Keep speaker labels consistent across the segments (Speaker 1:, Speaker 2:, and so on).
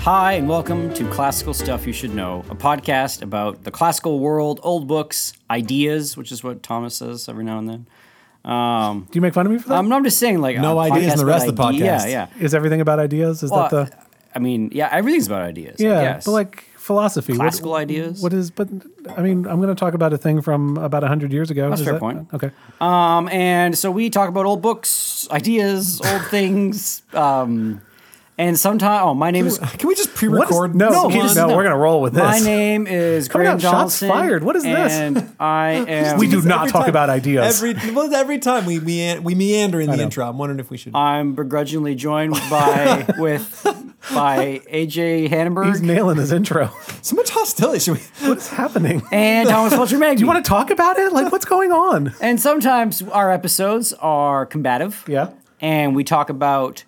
Speaker 1: Hi, and welcome to Classical Stuff You Should Know, a podcast about the classical world, old books, ideas, which is what Thomas says every now and then.
Speaker 2: Do you make fun of me for that?
Speaker 1: Um, no, I'm just saying, like,
Speaker 3: No
Speaker 1: a
Speaker 3: ideas in
Speaker 1: podcast
Speaker 3: the rest
Speaker 1: about
Speaker 3: of the
Speaker 1: ide-
Speaker 3: podcast.
Speaker 1: Yeah, yeah.
Speaker 2: Is everything about ideas? Is
Speaker 1: Well, uh,
Speaker 2: that the
Speaker 1: I mean, yeah, everything's about ideas. I
Speaker 2: yeah?
Speaker 1: guess.
Speaker 2: But like philosophy, what-
Speaker 1: classical ideas.
Speaker 2: What is? But I mean, I'm going to talk about a thing from about hundred years ago.
Speaker 1: That's a
Speaker 2: Is
Speaker 1: fair
Speaker 2: that-
Speaker 1: point.
Speaker 2: Okay.
Speaker 1: Um, and so we talk about old books, ideas, old things. Um, and sometimes, oh, my name is.
Speaker 3: Can we just
Speaker 2: What is-
Speaker 3: pre-record?
Speaker 2: no,
Speaker 3: this?
Speaker 2: no,
Speaker 3: Can you just-
Speaker 2: no, we're going to roll with this.
Speaker 1: My name is
Speaker 2: Coming
Speaker 1: Graham
Speaker 2: out shots
Speaker 1: Johnson.
Speaker 2: fired. What is this?
Speaker 1: And I am.
Speaker 2: We do
Speaker 3: Every
Speaker 2: not talk
Speaker 3: time-
Speaker 2: about ideas.
Speaker 3: Every well, every time we we, we meander in the intro. I'm wondering if we
Speaker 2: Uh,
Speaker 3: should.
Speaker 1: I'm begrudgingly joined by with by AJ Hannenberg
Speaker 2: He's nailing his intro.
Speaker 3: so much hostility. Should we?
Speaker 2: What's happening? Do
Speaker 1: and Thomas Fletcher Maggie.
Speaker 2: you want to talk about it? Like, what's going on?
Speaker 1: and sometimes our episodes are combative.
Speaker 2: Yeah.
Speaker 1: And we talk about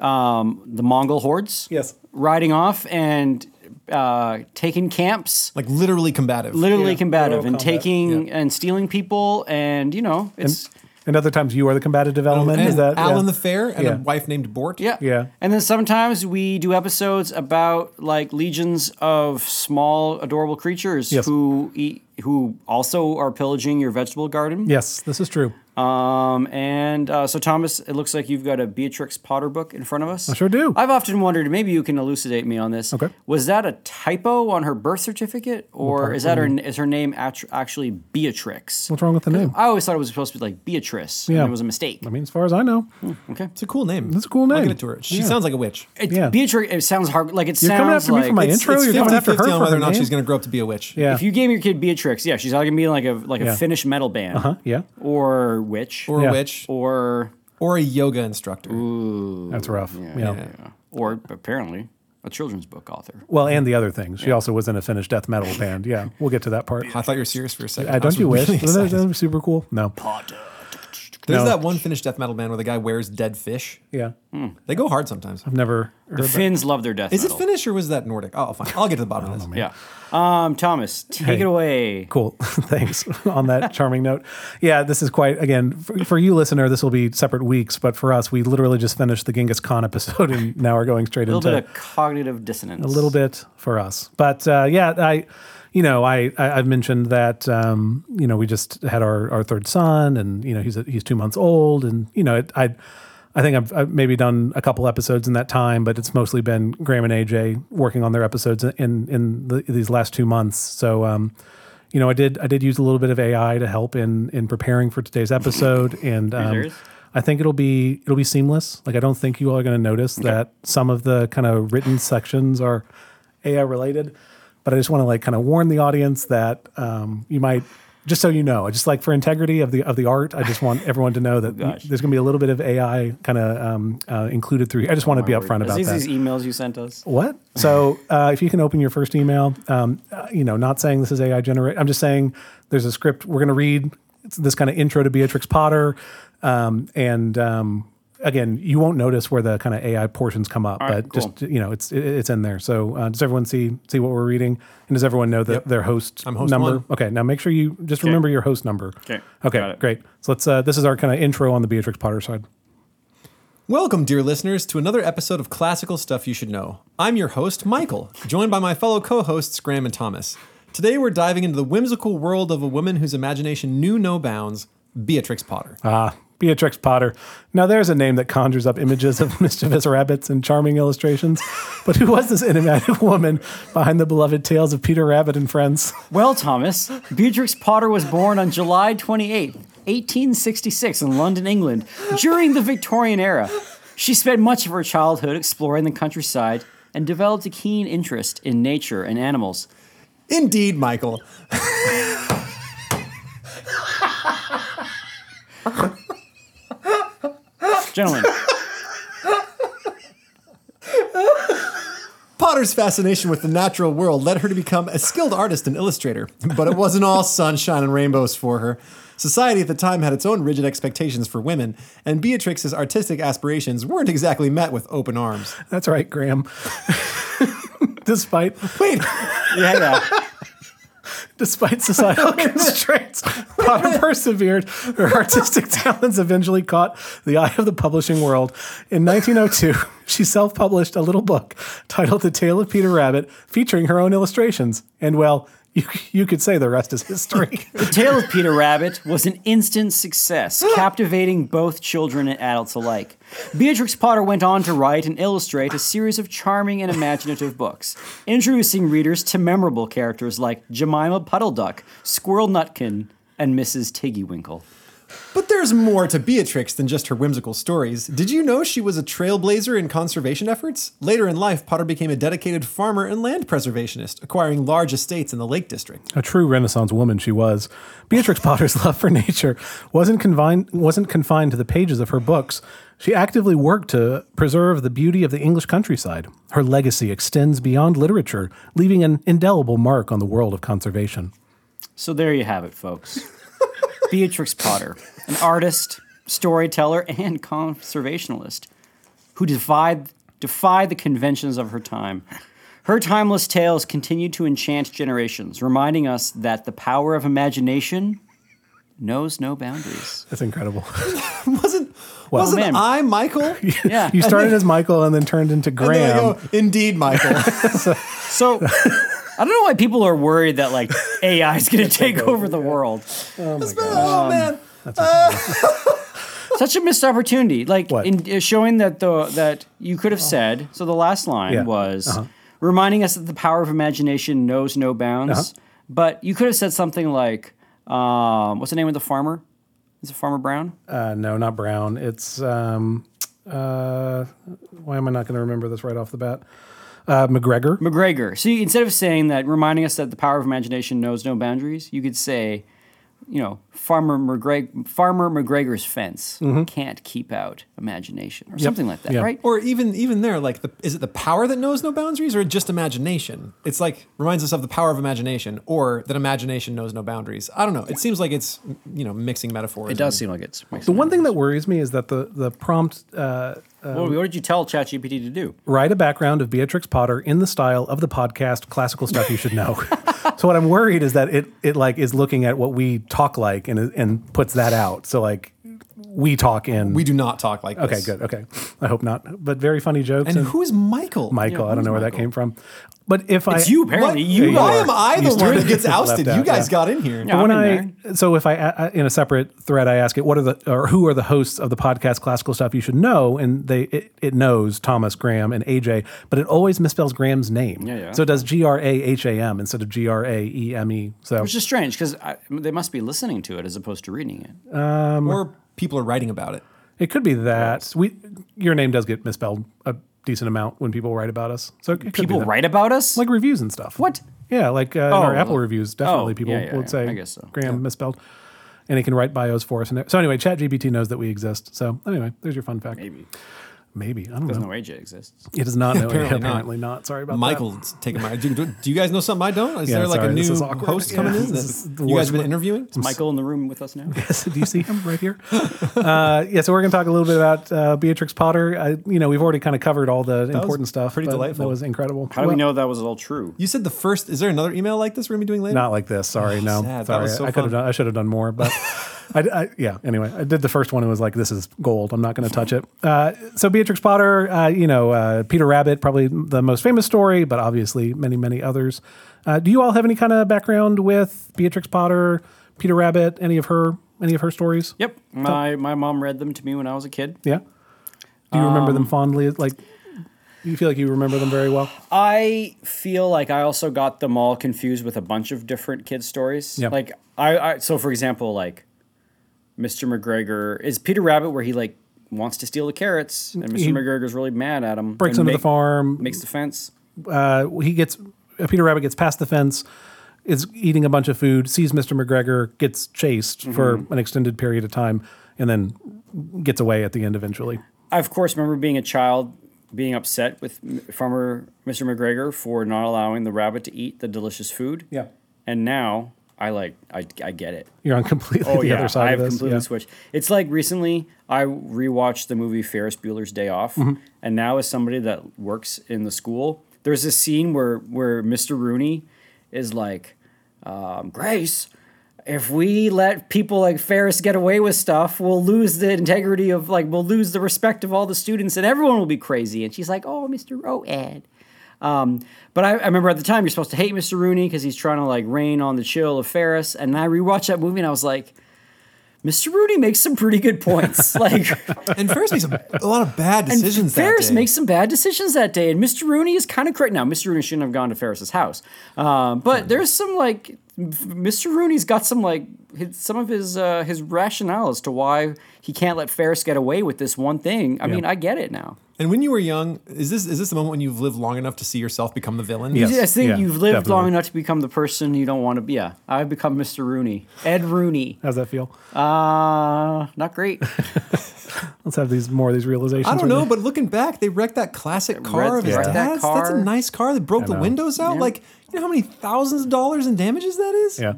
Speaker 1: um, the Mongol hordes.
Speaker 2: Yes.
Speaker 1: Riding off and uh, taking camps.
Speaker 3: Like literally combative.
Speaker 1: literally
Speaker 2: Yeah,
Speaker 1: combative
Speaker 2: literal
Speaker 1: and
Speaker 2: combat,
Speaker 1: taking and stealing people and you know it's
Speaker 2: And other times, you are the combative element.
Speaker 3: and
Speaker 2: Is that
Speaker 3: Alan
Speaker 2: yeah.
Speaker 3: the Fair and
Speaker 2: Yeah.
Speaker 3: a wife named Bort.
Speaker 1: yeah
Speaker 2: Yeah.
Speaker 1: and then sometimes we do episodes about like legions of small adorable creatures
Speaker 2: Yes.
Speaker 1: who eat who also are pillaging your vegetable garden
Speaker 2: Yes, this is true.
Speaker 1: um and uh, so Thomas it looks like you've got a Beatrix Potter book in front of us I
Speaker 2: sure do.
Speaker 1: I've often wondered maybe you can elucidate me on this
Speaker 2: Okay.
Speaker 1: was that a typo on her birth certificate or is that her is her name act- actually Beatrix
Speaker 2: What's wrong with the name?
Speaker 1: I always thought it was supposed to be like Beatrice. Yeah.
Speaker 2: Yeah.
Speaker 1: And it was a mistake.
Speaker 2: I mean, as far as I know,
Speaker 1: Okay.
Speaker 3: It's a cool name.
Speaker 2: That's a cool
Speaker 3: I'll
Speaker 2: name.
Speaker 3: give it to her. She
Speaker 2: Yeah.
Speaker 3: sounds like a witch.
Speaker 1: It,
Speaker 2: Yeah.
Speaker 1: Beatrix, it sounds hard. Like it
Speaker 2: You're
Speaker 1: sounds
Speaker 2: coming after me
Speaker 1: like
Speaker 2: for my
Speaker 1: it's-
Speaker 2: intro.
Speaker 3: it's
Speaker 2: You're coming after her
Speaker 3: 50-50
Speaker 2: for
Speaker 3: on whether
Speaker 2: her
Speaker 3: or not
Speaker 2: name?
Speaker 3: she's going to grow up to be a witch.
Speaker 2: Yeah.
Speaker 1: If you gave your kid Beatrix, yeah, she's either gonna be like a like a
Speaker 2: Yeah. Uh-huh.
Speaker 1: Finnish metal band,
Speaker 2: Huh? Yeah.
Speaker 1: or witch,
Speaker 3: Or a
Speaker 2: Yeah.
Speaker 3: witch.
Speaker 1: or
Speaker 3: Or a yoga instructor.
Speaker 2: That's rough. yeah.
Speaker 1: or apparently a children's book author.
Speaker 2: Well, and the other things. She also was in a Finnish death metal band. Yeah, we'll get to that part.
Speaker 3: I thought you were serious for a second.
Speaker 2: I
Speaker 3: was
Speaker 2: don't you wish?
Speaker 3: really
Speaker 2: Isn't that-
Speaker 3: excited.
Speaker 2: isn't that super cool? No.
Speaker 3: There's
Speaker 2: No.
Speaker 3: that one Finnish death metal band where the guy wears dead fish.
Speaker 2: Yeah.
Speaker 1: Hmm.
Speaker 3: They go hard sometimes.
Speaker 2: Never heard that.
Speaker 1: Finns love their death.
Speaker 3: Is it
Speaker 1: metal.
Speaker 3: Finnish or was that Nordic? Oh, fine. I'll get to the bottom of this.
Speaker 1: Yeah. Um, Thomas, take
Speaker 2: Hey.
Speaker 1: it away.
Speaker 2: Cool. Thanks on that charming note. Yeah, this is quite, again, for, for you, listener, this will be separate weeks, but for us, we literally just finished the Genghis Khan episode and now we're going straight
Speaker 1: A
Speaker 2: into
Speaker 1: little bit of cognitive dissonance.
Speaker 2: a little bit for us. But uh, yeah, I, you know, I, I I've mentioned that um, you know we just had our our third son, and you know he's he's two months old, and you know it, I. I think I've, I've maybe done a couple episodes in that time, but it's mostly been Graham and AJ working on their episodes in in the, these last two months. So, um, you know, I did I did use a little bit of AI to help in in preparing for today's episode, and um,
Speaker 1: serious?
Speaker 2: I think it'll be it'll be seamless. Like I don't think you all are going to notice that some of the kind of written sections are AI related, but I just want to like kind of warn the audience that um, you might just so you know. I Just like for integrity of the of the art, I just want everyone to know that
Speaker 1: gosh.
Speaker 2: there's going to be a little bit of AI kind of um, uh, included through. I just want to be upfront
Speaker 1: Is
Speaker 2: about
Speaker 1: these
Speaker 2: that.
Speaker 1: these emails you sent us.
Speaker 2: What? So uh, if you can open your first email, um, uh, you know, not saying this is AI generate. I'm just saying there's a script we're going to read. It's this kind of intro to Beatrix Potter, um, and um, again, you won't notice where the kind of AI portions come up,
Speaker 1: right,
Speaker 2: but
Speaker 1: cool.
Speaker 2: just you know, it's it, it's in there. So uh, does everyone see see what we're reading? And does everyone know that their host,
Speaker 3: I'm host
Speaker 2: number?
Speaker 3: one.
Speaker 2: Okay, now make sure you just remember your host number.
Speaker 1: 'Kay, got
Speaker 2: Okay.
Speaker 1: it.
Speaker 2: Great. So let's. Uh, this is our kind of intro on the Beatrix Potter side.
Speaker 3: Welcome, dear listeners, to another episode of Classical Stuff You Should Know. I'm your host, Michael, joined by my fellow co hosts, Graham and Thomas. Today, we're diving into the whimsical world of a woman whose imagination knew no bounds, Beatrix Potter.
Speaker 2: Ah, Beatrix Potter. Now there's a name that conjures up images of mischievous rabbits and charming illustrations. But who was this enigmatic woman behind the beloved tales of Peter Rabbit and Friends?
Speaker 1: Well, Thomas, Beatrix Potter was born on July 28, 1866, in London, England, during the Victorian era. She spent much of her childhood exploring the countryside and developed a keen interest in nature and animals.
Speaker 3: Indeed, Michael.
Speaker 1: Gentlemen,
Speaker 3: Potter's fascination with the natural world led her to become a skilled artist and illustrator, but it wasn't all sunshine and rainbows for her. Society at the time had its own rigid expectations for women, and Beatrix's artistic aspirations weren't exactly met with open arms.
Speaker 2: That's right, Graham. Despite
Speaker 3: Wait,
Speaker 1: yeah, yeah.
Speaker 2: Despite societal constraints, Potter persevered. Her artistic talents eventually caught the eye of the publishing world. In 1902, she self published a little book titled The Tale of Peter Rabbit, featuring her own illustrations. And well, you, you could say the rest is history.
Speaker 1: The Tale of Peter Rabbit was an instant success, captivating both children and adults alike. Beatrix Potter went on to write and illustrate a series of charming and imaginative books, introducing readers to memorable characters like Jemima Puddle Duck, Squirrel Nutkin, and Mrs. Tiggywinkle.
Speaker 3: But there's more to Beatrix than just her whimsical stories. Did you know she was a trailblazer in conservation efforts? Later in life, Potter became a dedicated farmer and land preservationist, acquiring large estates in the Lake District.
Speaker 2: A true Renaissance woman she was. Beatrix Potter's love for nature wasn't confined wasn't confined to the pages of her books. She actively worked to preserve the beauty of the English countryside. Her legacy extends beyond literature, leaving an indelible mark on the world of conservation.
Speaker 1: So there you have it, folks. Beatrix Potter, an artist, storyteller, and conservationist who defied, defied the conventions of her time. Her timeless tales continue to enchant generations, reminding us that the power of imagination knows no boundaries.
Speaker 2: That's incredible.
Speaker 3: Wasn't wasn't
Speaker 1: man.
Speaker 3: I Michael?
Speaker 1: Yeah.
Speaker 2: you started as Michael and then turned into
Speaker 3: And then I
Speaker 2: Graham.
Speaker 3: go, Indeed, Michael.
Speaker 1: Oh So I don't know why people are worried that like AI is going to take over the world.
Speaker 3: oh
Speaker 1: Um,
Speaker 3: man.
Speaker 1: such a missed opportunity. Like
Speaker 2: What? Oh.
Speaker 1: in uh, showing that the that you could have said. So the last line
Speaker 2: Yeah. Uh-huh.
Speaker 1: was reminding us that the power of imagination knows no bounds.
Speaker 2: Uh-huh.
Speaker 1: But you could have said something like, um, "What's the name of the farmer? Is it Farmer Brown?
Speaker 2: Uh, no, not Brown. It's um, uh, why am I not going to remember this right off the bat? Uh, McGregor.
Speaker 1: McGregor." So you, instead of saying that, reminding us that the power of imagination knows no boundaries, you could say. You know, Farmer McGreg- Farmer McGregor's fence can't keep out imagination, or something like that,
Speaker 2: Mm-hmm. Yeah.
Speaker 1: right?
Speaker 3: Or even even there, like the, is it the power that knows no boundaries or just imagination? It's like reminds us of the power of imagination or that imagination knows no boundaries. I don't know. It seems like it's you know mixing metaphors.
Speaker 1: It does seem like it's
Speaker 2: The one thing that worries me is that the the prompt uh,
Speaker 1: What, what did you tell ChatGPT to do?
Speaker 2: write a background of Beatrix Potter in the style of the podcast classical stuff you should know. so what I'm worried is that it it like is looking at what we talk like and and puts that out. So like we talk in
Speaker 3: We do not talk like
Speaker 2: Okay,
Speaker 3: this.
Speaker 2: good. Okay. I hope not. But very funny jokes
Speaker 3: And
Speaker 2: and,
Speaker 3: who is Michael?
Speaker 2: Michael,
Speaker 1: Yeah,
Speaker 2: I don't know where that came from. But if I
Speaker 1: It's you,
Speaker 3: What?
Speaker 1: apparently. You
Speaker 2: Yeah,
Speaker 3: Why
Speaker 1: are.
Speaker 3: am I
Speaker 2: You
Speaker 3: the one that
Speaker 2: started-
Speaker 3: gets ousted?
Speaker 2: left
Speaker 3: You
Speaker 2: out,
Speaker 3: guys
Speaker 2: yeah.
Speaker 3: got in here.
Speaker 1: Yeah.
Speaker 2: But when
Speaker 1: I'm
Speaker 2: I
Speaker 1: in
Speaker 2: so if I I- in a separate thread I ask it what are the or who are the hosts of the podcast classical stuff you should know and they it, it knows Thomas Graham and AJ but it always misspells Graham's name
Speaker 1: Yeah, yeah.
Speaker 2: so it does G R A H A M instead of G R A E M E so
Speaker 1: Which is strange because they must be listening to it as opposed to reading it.
Speaker 3: Or people are writing about it.
Speaker 2: it could be that we your name does get misspelled a decent amount when people write about us so it could be
Speaker 1: People
Speaker 2: that.
Speaker 1: write about us?
Speaker 2: like reviews and stuff
Speaker 1: What?
Speaker 2: yeah like uh, in our Apple
Speaker 1: well-
Speaker 2: reviews definitely
Speaker 1: oh,
Speaker 2: people
Speaker 1: yeah, yeah,
Speaker 2: would
Speaker 1: yeah.
Speaker 2: say
Speaker 1: I guess so.
Speaker 2: Graham misspelled. And it can write bios for us. And so anyway, ChatGPT knows that we exist. So anyway, there's your fun fact.
Speaker 1: maybe.
Speaker 2: Maybe. I don't
Speaker 1: Doesn't
Speaker 2: know.
Speaker 1: know AJ exists.
Speaker 2: It does not know. apparently,
Speaker 3: Apparently not.
Speaker 2: apparently not. Sorry about that.
Speaker 3: Michael's taking my. Do, do- do you guys know something I don't? Is
Speaker 2: Yeah,
Speaker 3: there like a
Speaker 2: sorry, this
Speaker 3: new
Speaker 2: is awkward.
Speaker 3: host
Speaker 2: Yeah.
Speaker 3: coming in?
Speaker 2: This is the
Speaker 3: you guys
Speaker 2: worst
Speaker 3: been
Speaker 2: one.
Speaker 3: interviewing?
Speaker 1: Michael in the room with us now?
Speaker 2: Yes, do you see him right here? Uh, yeah, so we're going to talk a little bit about uh, Beatrix Potter. I, you know, we've already kind of covered all the important stuff.
Speaker 3: pretty
Speaker 2: but
Speaker 3: delightful.
Speaker 2: That was incredible.
Speaker 1: How do we know that was all true?
Speaker 3: You said the first. Is there another email like this we're gonna be doing later?
Speaker 2: Not like this. Sorry, no.
Speaker 3: Oh, sad. That
Speaker 2: Sorry,
Speaker 3: was so
Speaker 2: I could
Speaker 3: fun.
Speaker 2: have done. I should have done more, but I, I- yeah. Anyway, I did the first one. and was like, this is gold. I'm not going to touch it. Uh, so Beatrix Potter, uh, you know, uh, Peter Rabbit, probably the most famous story, but obviously many, many others. Uh, do you all have any kind of background with Beatrix Potter, Peter Rabbit, any of her, any of her stories?
Speaker 1: Yep. My, my mom read them to me when I was a kid.
Speaker 2: Yeah. Do you remember them fondly? Like, you feel like you remember them very well.
Speaker 1: I feel like I also got them all confused with a bunch of different kids' stories.
Speaker 2: Yeah.
Speaker 1: Like I, I, so for example, like Mr. McGregor is Peter Rabbit, where he like wants to steal the carrots, and Mr.
Speaker 2: He
Speaker 1: McGregor's really mad at him.
Speaker 2: Breaks
Speaker 1: and
Speaker 2: into the
Speaker 1: make-
Speaker 2: farm,
Speaker 1: makes the fence.
Speaker 2: uh, he gets uh, Peter Rabbit gets past the fence, is eating a bunch of food, sees Mr. McGregor, gets chased
Speaker 3: Mm-hmm.
Speaker 2: for an extended period of time, and then gets away at the end eventually.
Speaker 1: I, of course, remember being a child being upset with M- farmer Mr. McGregor for not allowing the rabbit to eat the delicious food.
Speaker 2: Yeah.
Speaker 1: And now I like I, I get it.
Speaker 2: You're on completely
Speaker 3: Oh,
Speaker 2: the other side
Speaker 1: Oh, I've
Speaker 2: of this.
Speaker 1: completely
Speaker 2: yeah.
Speaker 1: switched. It's like recently I rewatched the movie Ferris Bueller's Day Off,
Speaker 2: Mm-hmm.
Speaker 1: and now as somebody that works in the school, there's a scene where where Mr. Rooney is like, um, Grace, if we let people like Ferris get away with stuff, we'll lose the integrity of like we'll lose the respect of all the students, and everyone will be crazy. And she's like, "Oh, Mr. Road." Um, but I, I remember at the time you're supposed to hate Mr. Rooney because he's trying to like rain on the chill of Ferris. And I rewatched that movie and I was like, Mr. Rooney makes some pretty good points. like
Speaker 3: And Ferris makes a, a lot of bad decisions. that
Speaker 1: Ferris
Speaker 3: day.
Speaker 1: makes some bad decisions that day, and Mr. Rooney is kind of correct. Now, Mr. Rooney shouldn't have gone to Ferris's house, um, but there's some like Mr. Rooney's got some like his, some of his uh, his rationale as to why he can't let Ferris get away with this one thing. I mean, I get it now.
Speaker 3: And when you were young, is this is this the moment when you've lived long enough to see yourself become the villain?
Speaker 2: Yes.
Speaker 1: Yeah, I think
Speaker 2: yeah,
Speaker 1: you've lived long
Speaker 2: definitely.
Speaker 1: enough to become the person you don't want to be. Yeah, I've become Mr. Rooney, Ed Rooney.
Speaker 2: How's that feel?
Speaker 1: Uh, not great.
Speaker 2: Let's have these more of these realizations.
Speaker 3: I don't
Speaker 2: right
Speaker 3: know,
Speaker 2: now.
Speaker 3: but looking back, they wrecked that classic car of his
Speaker 1: wrecked that
Speaker 3: dad's. That's a
Speaker 1: car.
Speaker 3: nice car. They broke the
Speaker 2: know.
Speaker 3: windows out.
Speaker 1: Yeah.
Speaker 3: Like, you know how many thousands of dollars in damages that is?
Speaker 2: Yeah,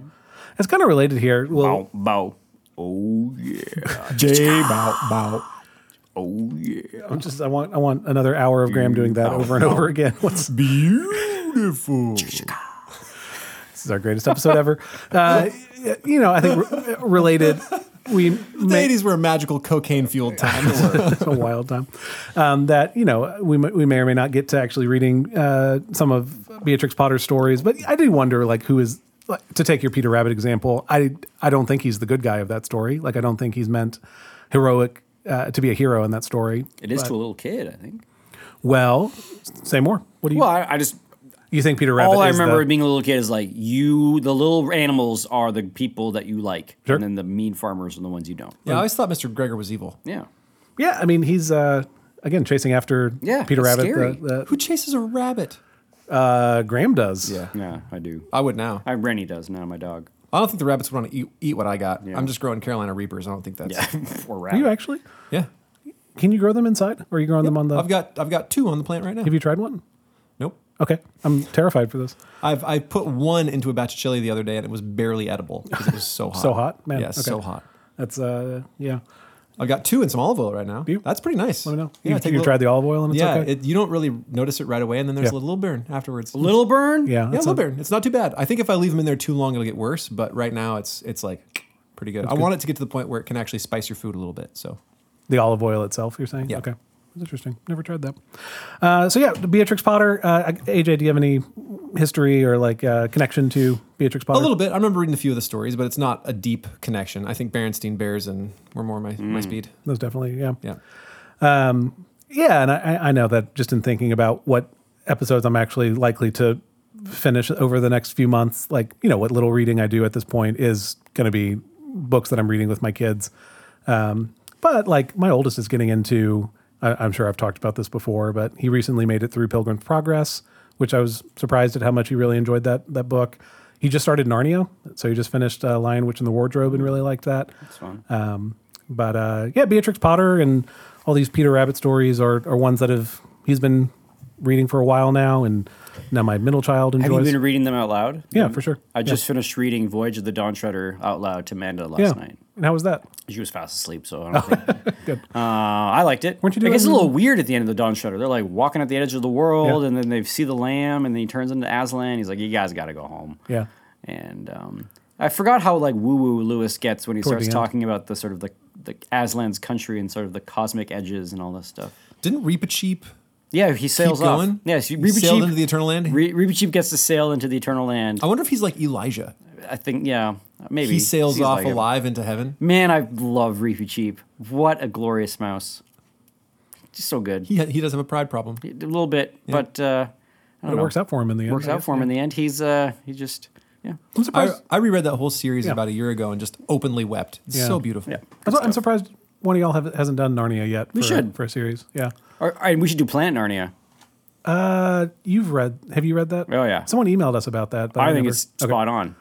Speaker 2: it's kind of related here. Well,
Speaker 1: bow, bow. Oh yeah.
Speaker 3: Jay bow, bow.
Speaker 1: Oh yeah.
Speaker 2: I'm just I want I want another hour of Graham doing that over and over again. What's
Speaker 3: Beautiful.
Speaker 2: this is our greatest episode ever. Uh, you know, I think re- related. We
Speaker 3: The
Speaker 2: may,
Speaker 3: 80s were a magical cocaine fueled time.
Speaker 2: it's a wild time. Um, that you know, we may- we may or may not get to actually reading uh, some of Beatrix Potter's stories, but I do wonder like who is like, to take your Peter Rabbit example. I I don't think he's the good guy of that story. Like I don't think he's meant heroic uh, to be a hero in that story.
Speaker 1: It is to a little kid, I think.
Speaker 2: Well, say more. What do you
Speaker 1: Well, I, I just
Speaker 2: you think Peter Rabbit?
Speaker 1: all I
Speaker 2: is the-
Speaker 1: remember being a little kid is like you, the little animals are the people that you like,
Speaker 2: Sure.
Speaker 1: and then the mean farmers are the ones you don't.
Speaker 3: yeah, I always thought Mr. Gregor was evil.
Speaker 1: Yeah,
Speaker 2: Yeah, I mean he's uh again chasing after
Speaker 1: Yeah,
Speaker 2: Peter
Speaker 1: it's
Speaker 2: Rabbit.
Speaker 1: scary.
Speaker 2: The,
Speaker 3: Who chases a rabbit?
Speaker 2: the, uh, Graham does.
Speaker 3: Yeah.
Speaker 1: yeah, I do.
Speaker 3: I would now.
Speaker 1: I Rennie does now, my dog.
Speaker 3: I don't think the rabbits would want to eat, eat what I got. I'm just growing Carolina Reapers. I don't think that's. Yeah.
Speaker 1: or
Speaker 2: Are
Speaker 1: rat.
Speaker 2: you actually?
Speaker 3: yeah.
Speaker 2: Can you grow them inside? Or are you growing them on the?
Speaker 3: I've got I've got two on the plant right now.
Speaker 2: have you tried one?
Speaker 3: Nope.
Speaker 2: Okay, I'm terrified for this.
Speaker 3: I've I put one into a batch of chili the other day and it was barely edible because it was so hot.
Speaker 2: So hot, man.
Speaker 3: Yeah,
Speaker 2: Okay.
Speaker 3: so hot.
Speaker 2: That's uh yeah.
Speaker 3: I've got two in some olive oil right now.
Speaker 2: You-
Speaker 3: That's pretty nice. Let
Speaker 2: me know. You've- you've tried the olive oil and it's
Speaker 3: yeah,
Speaker 2: okay?
Speaker 3: it, you don't really notice it right away, and then there's
Speaker 2: Yeah.
Speaker 3: a little burn afterwards.
Speaker 1: Little Burn?
Speaker 2: Yeah,
Speaker 3: yeah,
Speaker 2: that's
Speaker 3: little
Speaker 2: a-
Speaker 3: burn. It's not too bad. I think if I leave them in there too long, it'll get worse. But right now, it's it's like pretty good. I want it to get to the point where it can actually spice your food a little bit. So
Speaker 2: The olive oil itself, you're saying?
Speaker 3: Yeah.
Speaker 2: Okay. That's interesting. Never tried that. Uh, so yeah, Beatrix Potter. Uh, AJ, do you have any history or like uh, connection to Beatrix Potter?
Speaker 3: a little bit. I remember reading a few of the stories, but it's not a deep connection. I think Berenstein Bears and were more my
Speaker 1: Mm.
Speaker 3: my speed.
Speaker 2: Those definitely, yeah.
Speaker 3: Yeah.
Speaker 2: Yeah, and I, I- I know that just in thinking about what episodes I'm actually likely to finish over the next few months, like, you know, what little reading I do at this point is going to be books that I'm reading with my kids. Um, but like, my oldest is getting into, I, I'm sure I've talked about this before, but he recently made it through Pilgrim's Progress, which I was surprised at how much he really enjoyed that, that book. He just started Narnia, so he just finished uh, Lion, Witch, and the Wardrobe and really liked that.
Speaker 1: fun.
Speaker 2: Um, but uh, yeah, Beatrix Potter and all these Peter Rabbit stories are, are ones that have he's been reading for a while now, and now my middle child
Speaker 1: Have you
Speaker 2: enjoys.
Speaker 1: been reading them out loud?
Speaker 2: yeah, for sure.
Speaker 1: I just finished reading Voyage of the Dawn Treader out loud to Amanda last
Speaker 2: yeah.
Speaker 1: night.
Speaker 2: And how was that?
Speaker 1: She was fast asleep, so I don't think. Uh, I liked it.
Speaker 2: Weren't you doing-
Speaker 1: Like, it's a little weird at the end of the Dawn Shredder. They're like walking at the edge of the world,
Speaker 2: Yeah.
Speaker 1: and then they see the lamb, and then he turns into Aslan. He's like, "You guys got to go home."
Speaker 2: Yeah.
Speaker 1: And um, I forgot how like woo woo Lewis gets when he
Speaker 2: Toward
Speaker 1: starts
Speaker 2: the end.
Speaker 1: talking about the sort of the, the Aslan's country and sort of the cosmic edges and all this stuff.
Speaker 3: Didn't Reap a Cheap
Speaker 1: Yeah, he sails
Speaker 3: keep going?
Speaker 1: off. Yes,
Speaker 3: He
Speaker 1: Reba
Speaker 3: sailed
Speaker 1: Cheap.
Speaker 3: into the eternal land.
Speaker 1: Re- Reba Cheap gets to sail into the eternal land.
Speaker 3: I wonder if he's like Elijah.
Speaker 1: I think, yeah, maybe
Speaker 3: He sails
Speaker 1: Seems
Speaker 3: off
Speaker 1: like it.
Speaker 3: alive into heaven.
Speaker 1: Man, I love Reefy Cheap. What a glorious mouse! Just so good.
Speaker 3: He, ha- he does have a pride problem.
Speaker 1: a little bit, but uh, I
Speaker 2: But
Speaker 1: don't
Speaker 2: it
Speaker 1: know.
Speaker 2: works out for him in the end.
Speaker 1: Works
Speaker 2: I
Speaker 1: out
Speaker 2: guess.
Speaker 1: for him in the end. He's uh, he just yeah.
Speaker 2: I'm
Speaker 3: I,
Speaker 2: surprised.
Speaker 3: I reread that whole series
Speaker 2: Yeah.
Speaker 3: about a year ago and just openly wept. It's
Speaker 2: Yeah.
Speaker 3: so beautiful.
Speaker 1: Yeah.
Speaker 2: I'm su- I'm surprised one of y'all have, hasn't done Narnia yet. For,
Speaker 1: should.
Speaker 2: for a series. Yeah.
Speaker 1: All right, we should do Planet Narnia.
Speaker 2: Uh, you've read? Have you read that?
Speaker 1: Oh, yeah.
Speaker 2: Someone emailed us about that. but
Speaker 1: I think
Speaker 2: never-
Speaker 1: it's spot on.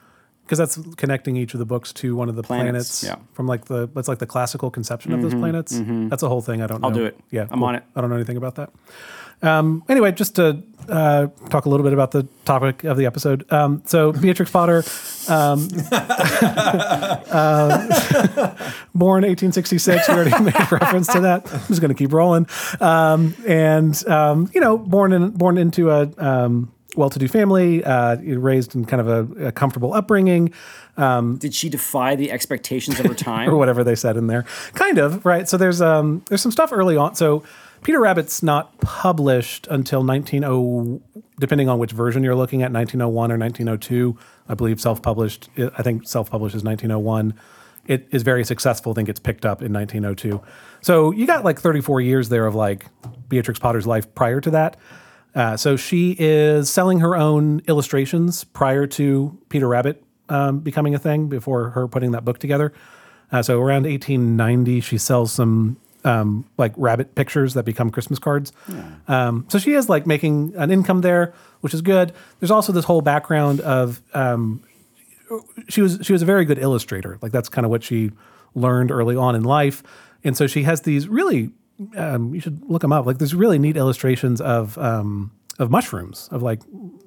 Speaker 2: because that's connecting each of the books to one of the planets,
Speaker 1: Planets, yeah. Mm-hmm.
Speaker 2: from like the that's like the classical conception of those planets. That's a whole thing. I don't. I'll know.
Speaker 1: do it.
Speaker 2: Yeah,
Speaker 1: I'm on it.
Speaker 2: I don't know anything about that. Um, anyway, just to uh, talk a little bit about the topic of the episode. Um, so Beatrix Potter, um, uh, born 1866. We already made reference to that. I'm just going to keep rolling. Um, and um, you know, born in born into a um, well-to-do family, uh, raised in kind of a, a comfortable upbringing.
Speaker 1: Did she defy the expectations of her time?
Speaker 2: or whatever they said in there. Kind of, right? So there's um there's some stuff early on. So Peter Rabbit's not published until 190 depending on which version you're looking at, 1901 or 1902. I believe self-published I think self-published is 1901. It is very successful, then gets picked up in 1902. So you got like 34 years there of like Beatrix Potter's life prior to that. Uh, so she is selling her own illustrations prior to Peter Rabbit um, becoming a thing, before her putting that book together. Uh, so around 1890, she sells some um, like rabbit pictures that become Christmas cards. Um, so she is like making an income there, which is good. There's also this whole background of um, she was she was a very good illustrator. Like that's kind of what she learned early on in life, and so she has these really. Um, you should look them up. Like there's really neat illustrations of um, of mushrooms, of like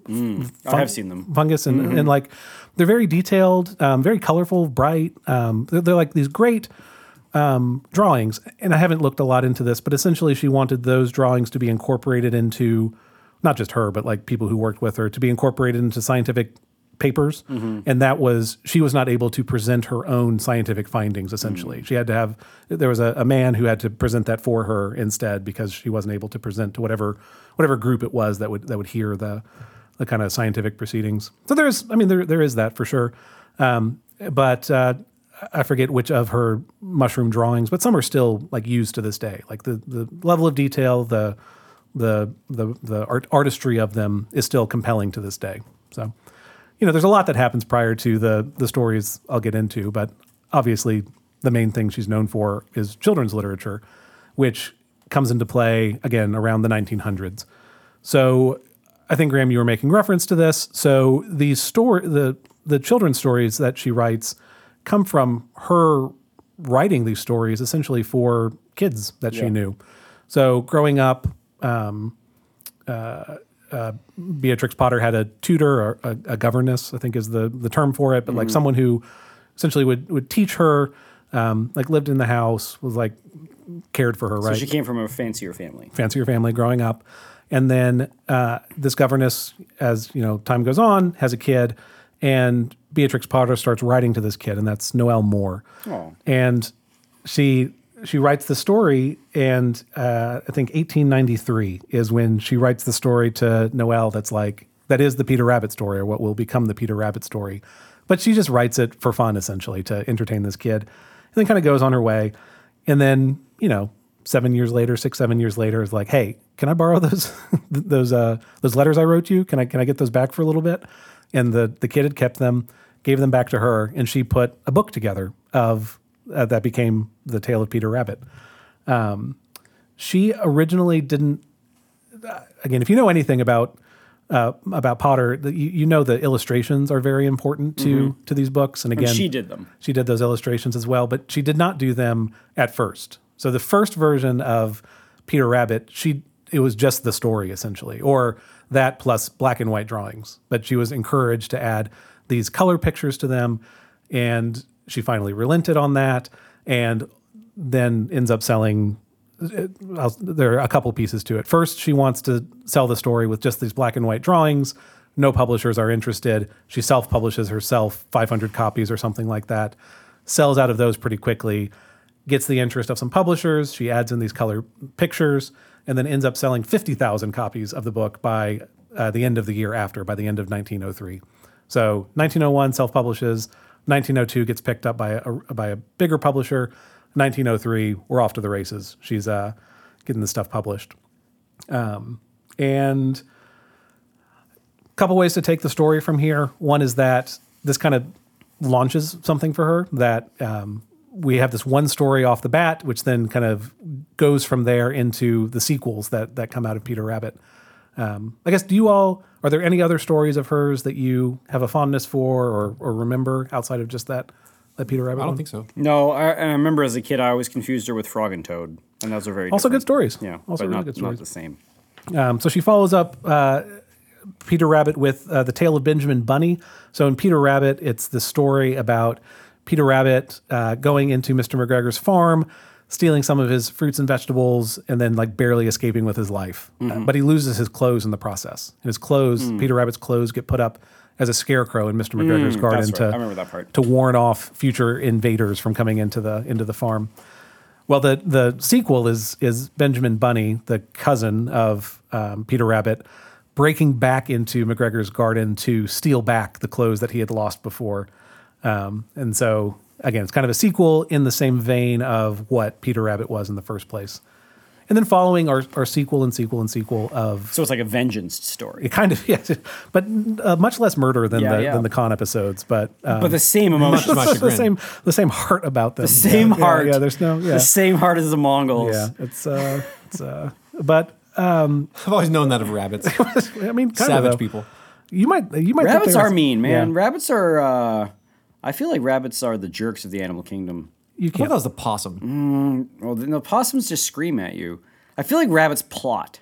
Speaker 1: Mm, I have seen them. Mm-hmm.
Speaker 2: fungus and, and like they're very detailed um, very colorful bright um, they're, they're like these great um, drawings and i haven't looked a lot into this but essentially she wanted those drawings to be incorporated into not just her but like people who worked with her to be incorporated into scientific papers and that was she was not able to present her own scientific findings essentially she had to have there was a, a man who had to present that for her instead because she wasn't able to present to whatever whatever group it was that would that would hear the the kind of scientific proceedings. So there's, I mean, there there is that for sure. Um, but uh, I forget which of her mushroom drawings, but some are still like used to this day. Like the the level of detail, the the the the art, artistry of them is still compelling to this day. So, you know, there's a lot that happens prior to the the stories I'll get into, but obviously the main thing she's known for is children's literature, which comes into play again around the 1900s. So I think Graham, you were making reference to this. So the story, the the children's stories that she writes, come from her writing these stories essentially for kids that she
Speaker 1: Yeah.
Speaker 2: knew. So growing up, um, uh, uh, Beatrix Potter had a tutor or a, a governess, I think is the the term for it, but like someone who essentially would would teach her, um, like lived in the house, was like cared for her, right?
Speaker 1: She came from a fancier family.
Speaker 2: fancier family growing up. And then uh, this governess, as you know, time goes on, has a kid, and Beatrix Potter starts writing to this kid, and that's Noelle Moore.
Speaker 1: Oh.
Speaker 2: And she she writes the story, and uh, I think 1893 is when she writes the story to Noelle. That's like that is the Peter Rabbit story, or what will become the Peter Rabbit story. But she just writes it for fun, essentially, to entertain this kid, and then kind of goes on her way. And then you know, seven years later, six seven years later, is like, hey, can I borrow those those uh, those letters I wrote you? Can I can I get those back for a little bit? And the the kid had kept them, gave them back to her, and she put a book together of uh, that became the Tale of Peter Rabbit. Um, she originally didn't. uh, Again, if you know anything about uh, about Potter, that you, you know the illustrations are very important to to these books. And again,
Speaker 1: she did them.
Speaker 2: she did those illustrations as well, but she did not do them at first. So the first version of Peter Rabbit, she it was just the story essentially, or that plus black and white drawings. But she was encouraged to add these color pictures to them, and she finally relented on that, and then ends up selling. uh, I'll, there are a couple pieces to it. First, she wants to sell the story with just these black and white drawings. No publishers are interested. She self publishes herself 500 copies or something like that, sells out of those pretty quickly, gets the interest of some publishers. She adds in these color pictures and then ends up selling 50,000 copies of the book by uh, the end of the year after, by the end of 1903. So 1901 self publishes, 1902 gets picked up by a, by a bigger publisher. 1903, we're off to the races. She's uh, getting the stuff published. Um, and couple ways to take the story from here. One is that this kind of launches something for her that um, we have this one story off the bat, which then kind of goes from there into the sequels that that come out of Peter Rabbit. Um, I guess do you all are there any other stories of hers that you have a fondness for or, or remember outside of just that that Peter Rabbit?
Speaker 3: I don't think so.
Speaker 1: No, I, I remember as a kid, I always confused her with Frog and Toad, and those are very
Speaker 2: Also good
Speaker 1: different.
Speaker 2: stories.
Speaker 1: Yeah,
Speaker 2: also
Speaker 1: but
Speaker 2: really
Speaker 1: not, not
Speaker 2: good stories.
Speaker 1: the same.
Speaker 2: Um, so she follows up uh, Peter Rabbit with uh, the tale of Benjamin Bunny. So in Peter Rabbit, it's the story about Peter Rabbit uh, going into Mr. McGregor's farm, stealing some of his fruits and vegetables, and then like barely escaping with his life.
Speaker 1: Mm-hmm.
Speaker 2: Uh, but he loses his clothes in the process. And his clothes,
Speaker 1: Mm.
Speaker 2: Peter Rabbit's clothes, get put up as a scarecrow in Mr. McGregor's garden
Speaker 1: right.
Speaker 2: to
Speaker 1: I remember that part.
Speaker 2: to warn off future invaders from coming into the into the farm. Well, the the sequel is is Benjamin Bunny, the cousin of um, Peter Rabbit, breaking back into McGregor's garden to steal back the clothes that he had lost before. Um, and so again, it's kind of a sequel in the same vein of what Peter Rabbit was in the first place. And then following our, our sequel and sequel and sequel of
Speaker 1: So it's like a vengeance story.
Speaker 2: it kind of yes, but uh, much less murder than
Speaker 1: Yeah,
Speaker 2: the
Speaker 1: yeah.
Speaker 2: than the con episodes. But um,
Speaker 1: but the same emotion.
Speaker 3: much-
Speaker 2: the
Speaker 3: chagrin.
Speaker 2: same the same heart about them. The
Speaker 1: same
Speaker 2: yeah, yeah,
Speaker 1: heart.
Speaker 2: Yeah, there's no yeah.
Speaker 1: The same heart as the Mongols.
Speaker 2: yeah, it's uh it's uh but
Speaker 3: I've always known that of rabbits.
Speaker 2: I mean kind of,
Speaker 3: Savage
Speaker 2: though.
Speaker 3: people.
Speaker 2: You might you might put
Speaker 1: Rabbits
Speaker 2: there
Speaker 1: are
Speaker 2: as-
Speaker 1: mean, man.
Speaker 2: yeah.
Speaker 1: Rabbits are. Uh, I feel like rabbits are the jerks of the animal kingdom.
Speaker 2: You
Speaker 3: I thought
Speaker 2: can't
Speaker 3: that was the possum.
Speaker 1: Well, then the possums just scream at you. I feel like rabbits plot.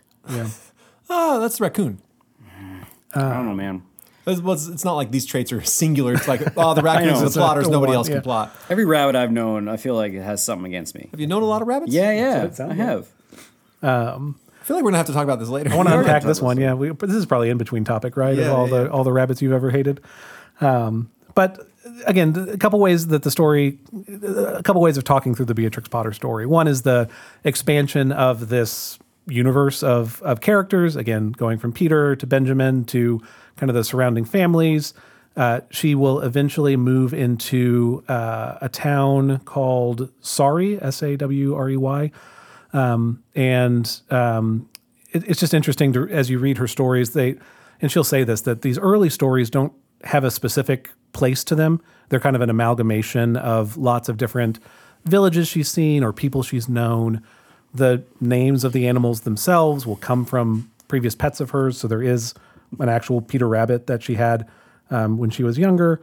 Speaker 3: Oh, that's the raccoon.
Speaker 1: I
Speaker 2: Ah.
Speaker 1: don't know, man.
Speaker 3: That's- well, It's, it's not like these traits are singular. It's like, oh, the raccoon's
Speaker 1: know.
Speaker 3: the
Speaker 1: It's
Speaker 2: a-
Speaker 3: plotters.
Speaker 2: the
Speaker 3: Nobody
Speaker 2: one,
Speaker 3: else
Speaker 2: yeah.
Speaker 3: can plot.
Speaker 1: Every rabbit I've known, I feel like it has something against me.
Speaker 3: Have you known a lot of rabbits?
Speaker 1: Yeah, yeah,
Speaker 2: it
Speaker 1: I
Speaker 2: sounds like.
Speaker 1: have.
Speaker 3: I feel like we're gonna have to talk about this later.
Speaker 2: I want to unpack this
Speaker 1: that
Speaker 2: one. Yeah, we, but this is probably in between topic, right?
Speaker 3: Yeah,
Speaker 2: of all
Speaker 3: yeah,
Speaker 2: the all the rabbits you've ever hated. Um, but again, th- a couple ways that the story, a couple ways of talking through the Beatrix Potter story. One is the expansion of this universe of of characters. Again, going from Peter to Benjamin to kind of the surrounding families. Uh, she will eventually move into uh, a town called Sari, S A W R E Y, and um, it, it's just interesting to as you read her stories. They and she'll say this that these early stories don't have a specific place to them. They're kind of an amalgamation of lots of different villages she's seen or people she's known. The names of the animals themselves will come from previous pets of hers. So there is an actual Peter Rabbit that she had um, when she was younger.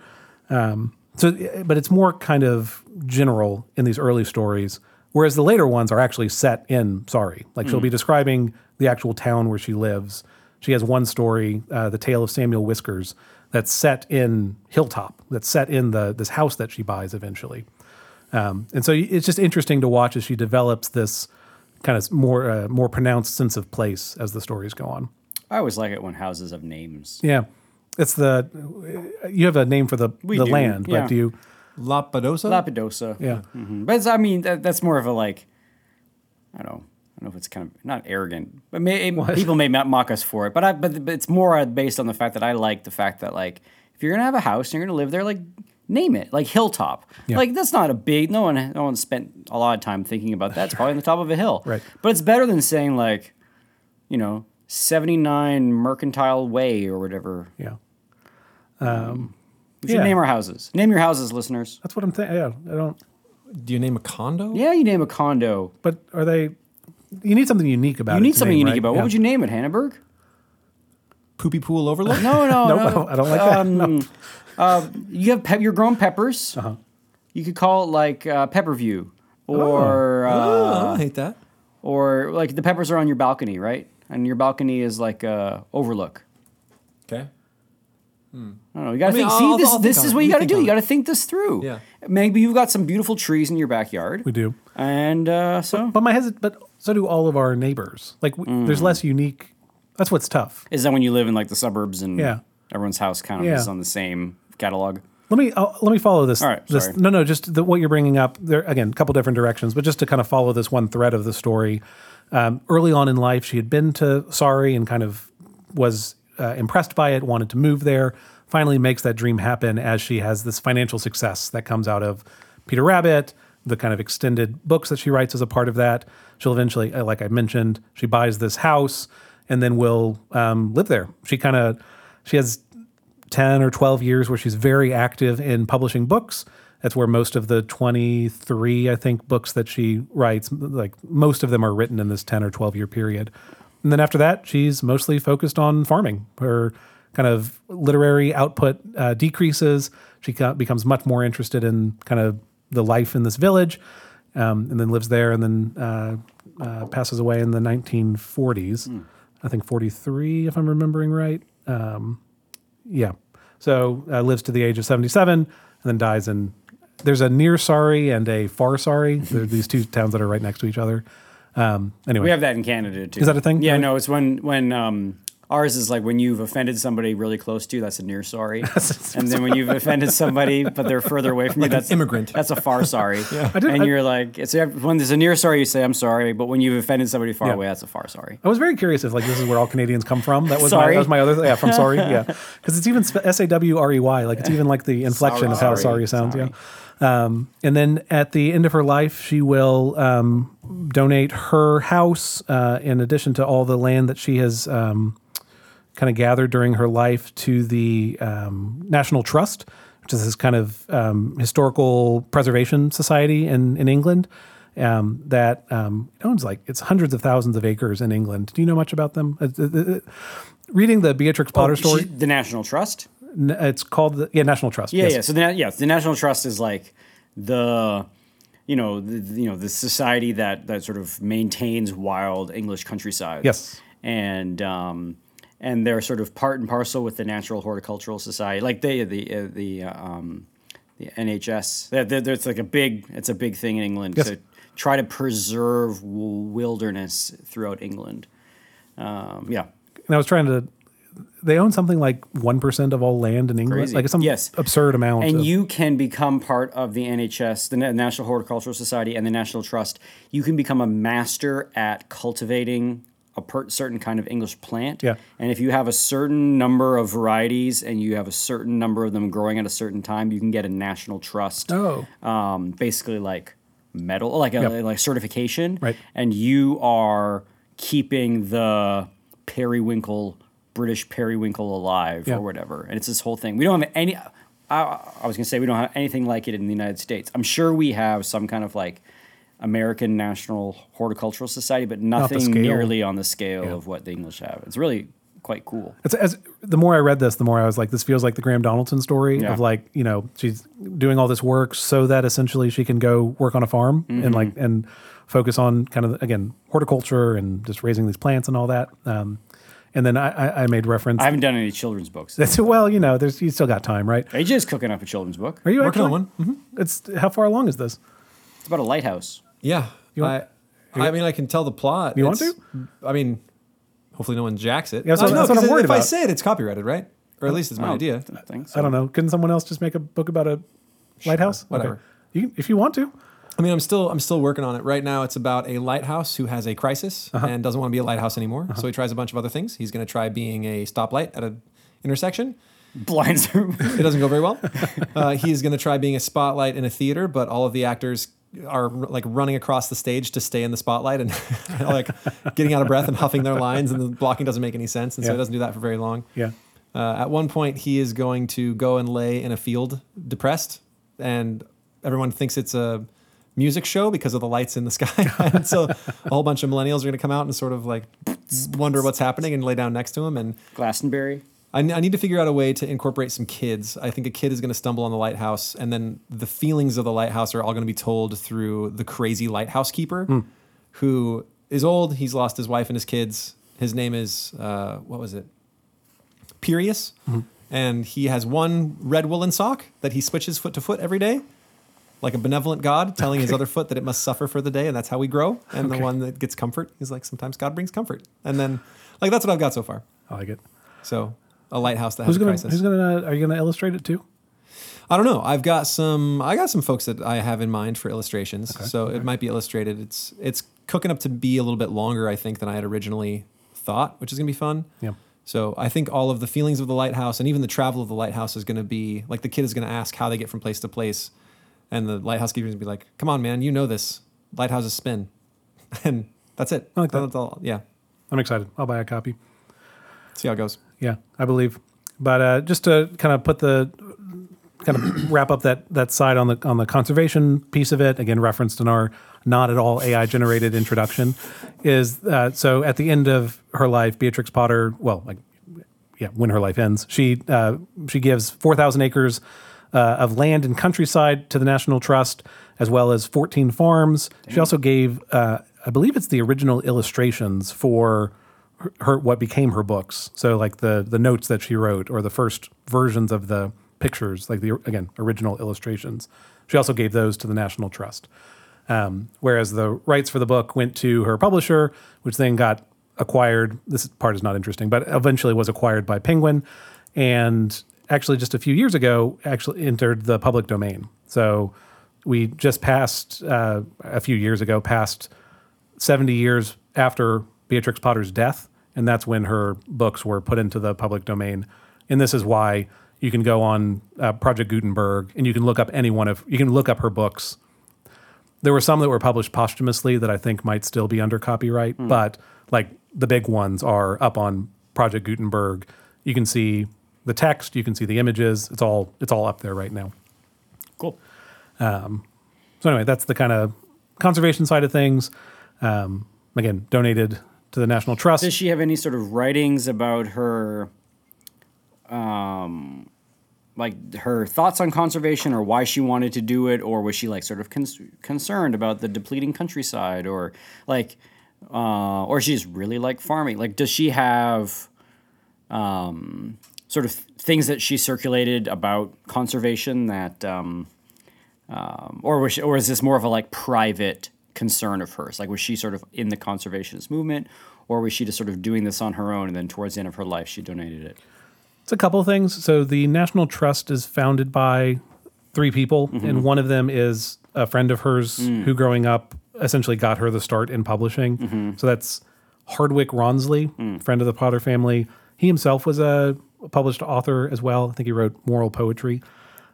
Speaker 2: Um, so, but it's more kind of general in these early stories, whereas the later ones are actually set in Sorry. Like
Speaker 1: Mm.
Speaker 2: she'll be describing the actual town where she lives. She has one story, uh, the tale of Samuel Whiskers, that's set in Hilltop. That's set in the this house that she buys eventually. Um, and so it's just interesting to watch as she develops this kind of more uh, more pronounced sense of place as the stories go on.
Speaker 1: I always like it when houses have names.
Speaker 2: Yeah, it's the uh, you have a name for the the
Speaker 1: do,
Speaker 2: land,
Speaker 1: yeah.
Speaker 2: but do you?
Speaker 3: Lapidosa.
Speaker 1: Lapidosa.
Speaker 2: Yeah.
Speaker 1: Mhm. But it's, I mean, that, that's more of a like, I don't know. I don't know if it's kind of not arrogant, but may, people may not mock us for it. But I, but, but it's more based on the fact that I like the fact that like if you're gonna have a house and you're gonna live there, like name it like hilltop. Like that's not a big. No one no one spent a lot of time thinking about that. It's probably on the top of a hill.
Speaker 2: Right.
Speaker 1: But it's better than saying like, you know, seventy nine Mercantile Way or whatever.
Speaker 2: Yeah.
Speaker 1: We should
Speaker 2: Yeah.
Speaker 1: name our houses. Name your houses, listeners.
Speaker 2: That's what I'm thinking. Yeah, I don't.
Speaker 3: Do you name a condo?
Speaker 1: Yeah, you name a condo.
Speaker 2: But are they? You need something unique about.
Speaker 1: You
Speaker 2: it
Speaker 1: need
Speaker 2: to
Speaker 1: something
Speaker 2: name,
Speaker 1: unique
Speaker 2: right?
Speaker 1: about.
Speaker 2: Yeah.
Speaker 1: What would you name it, Hannahberg?
Speaker 3: Poopy pool overlook.
Speaker 1: No, no,
Speaker 2: Nope,
Speaker 1: no.
Speaker 2: I don't like that.
Speaker 1: Um, uh, you have pep- your grown peppers. You could call it like uh, pepper view, or
Speaker 3: Oh,
Speaker 1: uh,
Speaker 3: I don't hate that.
Speaker 1: or like the peppers are on your balcony, right? And your balcony is like a overlook.
Speaker 3: Okay.
Speaker 1: I don't know. You gotta
Speaker 3: I mean,
Speaker 1: think.
Speaker 3: I'll-
Speaker 1: see,
Speaker 3: I'll-
Speaker 1: this
Speaker 3: I'll
Speaker 1: this
Speaker 3: think
Speaker 1: is
Speaker 3: on
Speaker 1: what
Speaker 3: it.
Speaker 1: you
Speaker 3: You
Speaker 1: gotta
Speaker 3: think
Speaker 1: do.
Speaker 3: on
Speaker 1: You
Speaker 3: it.
Speaker 1: gotta think this through.
Speaker 3: Yeah.
Speaker 1: Maybe you've got some beautiful trees in your backyard,
Speaker 2: We do.
Speaker 1: and uh, so
Speaker 2: But my hesit. But so do all of our neighbors. Like we, there's
Speaker 1: Mm.
Speaker 2: less unique. That's what's tough.
Speaker 1: is that when you live in like the suburbs and
Speaker 2: Yeah.
Speaker 1: everyone's house kind of
Speaker 2: Yeah.
Speaker 1: is on the same catalog.
Speaker 2: Let me I'll, let me follow this.
Speaker 1: All right,
Speaker 2: this
Speaker 1: sorry.
Speaker 2: no no just the, what you're bringing up there again. A couple different directions, but just to kind of follow this one thread of the story. Um, early on in life, she had been to Sari and kind of was uh, impressed by it, wanted to move there. Finally, makes that dream happen as she has this financial success that comes out of Peter Rabbit, the kind of extended books that she writes as a part of that. She'll eventually, uh, like I mentioned, she buys this house and then will um, live there. She kind of she has 10 or 12 years where she's very active in publishing books. That's where most of the 23, I think, books that she writes, like most of them are written in this 10 or 12 year period. And then after that, she's mostly focused on farming. Her kind of literary output uh, decreases. She co- becomes much more interested in kind of the life in this village um, and then lives there and then uh, uh, passes away in the 1940s. I think 43, if I'm remembering right. Yeah. So uh, lives to the age of 77 and then dies in there's a near sorry and a far sorry. They're these two towns that are right next to each other. Um, anyway,
Speaker 1: We have that in Canada too.
Speaker 2: Is that a thing?
Speaker 1: Yeah,
Speaker 2: Really?
Speaker 1: no, it's when when um, ours is like when you've offended somebody really close to you, that's a near sorry, and then when you've offended somebody but they're further away from you, that's
Speaker 3: immigrant.
Speaker 1: That's a far sorry.
Speaker 2: I did-
Speaker 1: and
Speaker 2: I-
Speaker 1: you're like, it's when there's a near sorry, you say I'm sorry, but when you've offended somebody far
Speaker 2: Yeah.
Speaker 1: away, that's a far sorry.
Speaker 2: I was very curious if like this is where all Canadians come from. That was my
Speaker 1: Sorry.
Speaker 2: that was my other yeah from sorry yeah because it's even S A W R E Y like it's even like the inflection of how
Speaker 1: Sorry,
Speaker 2: sorry sounds
Speaker 1: sorry.
Speaker 2: yeah. Um, and then at the end of her life, she will um, donate her house uh, in addition to all the land that she has um, kind of gathered during her life to the um, National Trust, which is this kind of um, historical preservation society in, in England um, that um, owns like it's hundreds of thousands of acres in England. Do you know much about them? Uh, uh, uh, Reading the Beatrix Potter
Speaker 1: Oh,
Speaker 2: story,
Speaker 1: She- the National Trust.
Speaker 2: n- it's called the yeah National Trust.
Speaker 1: Yeah,
Speaker 2: yes.
Speaker 1: yeah. So the na- yeah, the National Trust is like the you know the, you know the society that that sort of maintains wild English countryside.
Speaker 2: Yes.
Speaker 1: and um, and they're sort of part and parcel with the Natural Horticultural Society, like they the uh, the uh, um, the NHS. They're, they're, it's like a big it's a big thing in England.
Speaker 2: Yes.
Speaker 1: So try to preserve w- wilderness throughout England. Um, yeah.
Speaker 2: And I was trying to. They own something like one percent of all land in England,
Speaker 1: Crazy.
Speaker 2: like some
Speaker 1: Yes.
Speaker 2: absurd amount.
Speaker 1: And
Speaker 2: of-
Speaker 1: you can become part of the NHS, the Na- National Horticultural Society, and the National Trust. You can become a master at cultivating a per- certain kind of English plant.
Speaker 2: Yeah.
Speaker 1: And if you have a certain number of varieties and you have a certain number of them growing at a certain time, you can get a National Trust.
Speaker 2: Oh.
Speaker 1: Um, basically, like medal, like a like certification.
Speaker 2: Right.
Speaker 1: And you are keeping the periwinkle. British periwinkle alive
Speaker 2: Yeah.
Speaker 1: or whatever. And it's this whole thing. We don't have any. I, I was gonna say we don't have anything like it in the United States. I'm sure we have some kind of like American National Horticultural Society, but
Speaker 2: the
Speaker 1: nothing
Speaker 2: scale.
Speaker 1: nearly on the scale of what the English have. It's really quite cool.
Speaker 2: It's, as the more I read this, the more I was like, this feels like the Graham Donaldson story
Speaker 1: Yeah.
Speaker 2: of like, you know, she's doing all this work so that essentially she can go work on a farm and like and focus on kind of again horticulture and just raising these plants and all that. Um, and then I, I, I made reference.
Speaker 1: I haven't done any children's books.
Speaker 2: to, well, you know, there's you still got time, right?
Speaker 1: AJ's cooking up a children's book.
Speaker 2: Are you
Speaker 3: Working on
Speaker 2: actually-
Speaker 3: one. Mm-hmm.
Speaker 2: It's how far along is this?
Speaker 1: It's about a lighthouse.
Speaker 3: Yeah.
Speaker 2: want-
Speaker 3: I, I mean, I can tell the plot.
Speaker 2: You want
Speaker 3: It's- I mean, hopefully no one jacks it.
Speaker 2: Yeah, that's
Speaker 3: I
Speaker 2: what-
Speaker 3: don't know,
Speaker 2: that's what I'm
Speaker 3: 'cause
Speaker 2: worried
Speaker 3: if I
Speaker 2: about. Oh.
Speaker 3: say it, it's copyrighted, right? Or at least it's my idea.
Speaker 1: Thanks.
Speaker 2: I don't know. Couldn't someone else just make a book about a lighthouse? Okay.
Speaker 3: whatever.
Speaker 2: You, can- if you want to.
Speaker 3: I mean, I'm still I'm still working on it right now. It's about a lighthouse who has a crisis and doesn't want to be a lighthouse anymore. So he tries a bunch of other things. He's going to try being a stoplight at an intersection.
Speaker 1: Blinds are
Speaker 3: It doesn't go very well. uh, he is going to try being a spotlight in a theater, but all of the actors are like running across the stage to stay in the spotlight and like getting out of breath and huffing their lines, and the blocking doesn't make any sense, and so
Speaker 2: Yeah.
Speaker 3: he doesn't do that for very long.
Speaker 2: Yeah.
Speaker 3: Uh, at one point, he is going to go and lay in a field, depressed, and everyone thinks it's a music show because of the lights in the sky. and so, a whole bunch of millennials are going to come out and sort of like wonder what's happening and lay down next to him. And
Speaker 1: Glastonbury.
Speaker 3: I, I need to figure out a way to incorporate some kids. I think a kid is going to stumble on the lighthouse, and then the feelings of the lighthouse are all going to be told through the crazy lighthouse keeper, who is old. He's lost his wife and his kids. His name is uh, what was it? Pirius, and he has one red woolen sock that he switches foot to foot every day, like a benevolent god telling his other foot that it must suffer for the day, and that's how we grow. And the one that gets comfort is like sometimes God brings comfort, and then like that's what I've got so far.
Speaker 2: I like it.
Speaker 3: So a lighthouse that
Speaker 2: Who's
Speaker 3: has a
Speaker 2: gonna?
Speaker 3: crisis.
Speaker 2: Who's gonna? Are you gonna illustrate it too?
Speaker 3: I don't know. I've got some. I got some folks that I have in mind for illustrations. so it might be illustrated. It's it's cooking up to be a little bit longer, I think, than I had originally thought, which is gonna be fun.
Speaker 2: Yeah.
Speaker 3: So I think all of the feelings of the lighthouse and even the travel of the lighthouse is gonna be like the kid is gonna ask how they get from place to place, and the lighthouse keeper's gonna be like, "Come on, man, you know this. Lighthouses spin," and that's it.
Speaker 2: I like that.
Speaker 3: That's all. Yeah.
Speaker 2: I'm excited. I'll buy a copy.
Speaker 3: See how it goes.
Speaker 2: Yeah, I believe. But uh, just to kind of put the kind of wrap up that that side on the on the conservation piece of it again, referenced in our not at all AI generated introduction, is uh, so at the end of her life, Beatrix Potter, well, like yeah, when her life ends, she uh, she gives four thousand acres uh, of land and countryside to the National Trust, as well as fourteen farms. She also gave, uh, I believe, it's the original illustrations for her, her what became her books. So like the the notes that she wrote, or the first versions of the pictures, like the again original illustrations She also gave those to the National Trust. Um, whereas the rights for the book went to her publisher, which then got acquired. This part is not interesting, but eventually was acquired by Penguin, and actually just a few years ago, actually entered the public domain. So we just passed uh, a few years ago passed 70 years after Beatrix Potter's death, and that's when her books were put into the public domain. And this is why you can go on uh, Project Gutenberg and you can look up any one of you can look up her books. There were some that were published posthumously that I think might still be under copyright, but like the big ones are up on Project Gutenberg. You can see the text, you can see the images. It's all it's all up there right now.
Speaker 1: Cool.
Speaker 2: So anyway, that's the kind of conservation side of things. Um, again, donated to the National Trust.
Speaker 1: Does she have any sort of writings about her, um, like her thoughts on conservation or why she wanted to do it, or was she like sort of cons- concerned about the depleting countryside, or like, uh, or she's really like farming? Like, does she have, um, sort of things that she circulated about conservation that, um, um, or was she, or is this more of a like private concern of hers? Like, was she sort of in the conservationist movement, or was she just sort of doing this on her own? And then towards the end of her life, she donated it.
Speaker 2: It's a couple of things. So the National Trust is founded by three people, and one of them is a friend of hers who, growing up, essentially got her the start in publishing. So that's Hardwick Ronsley, friend of the Potter family. He himself was a published author as well. I think he wrote moral poetry.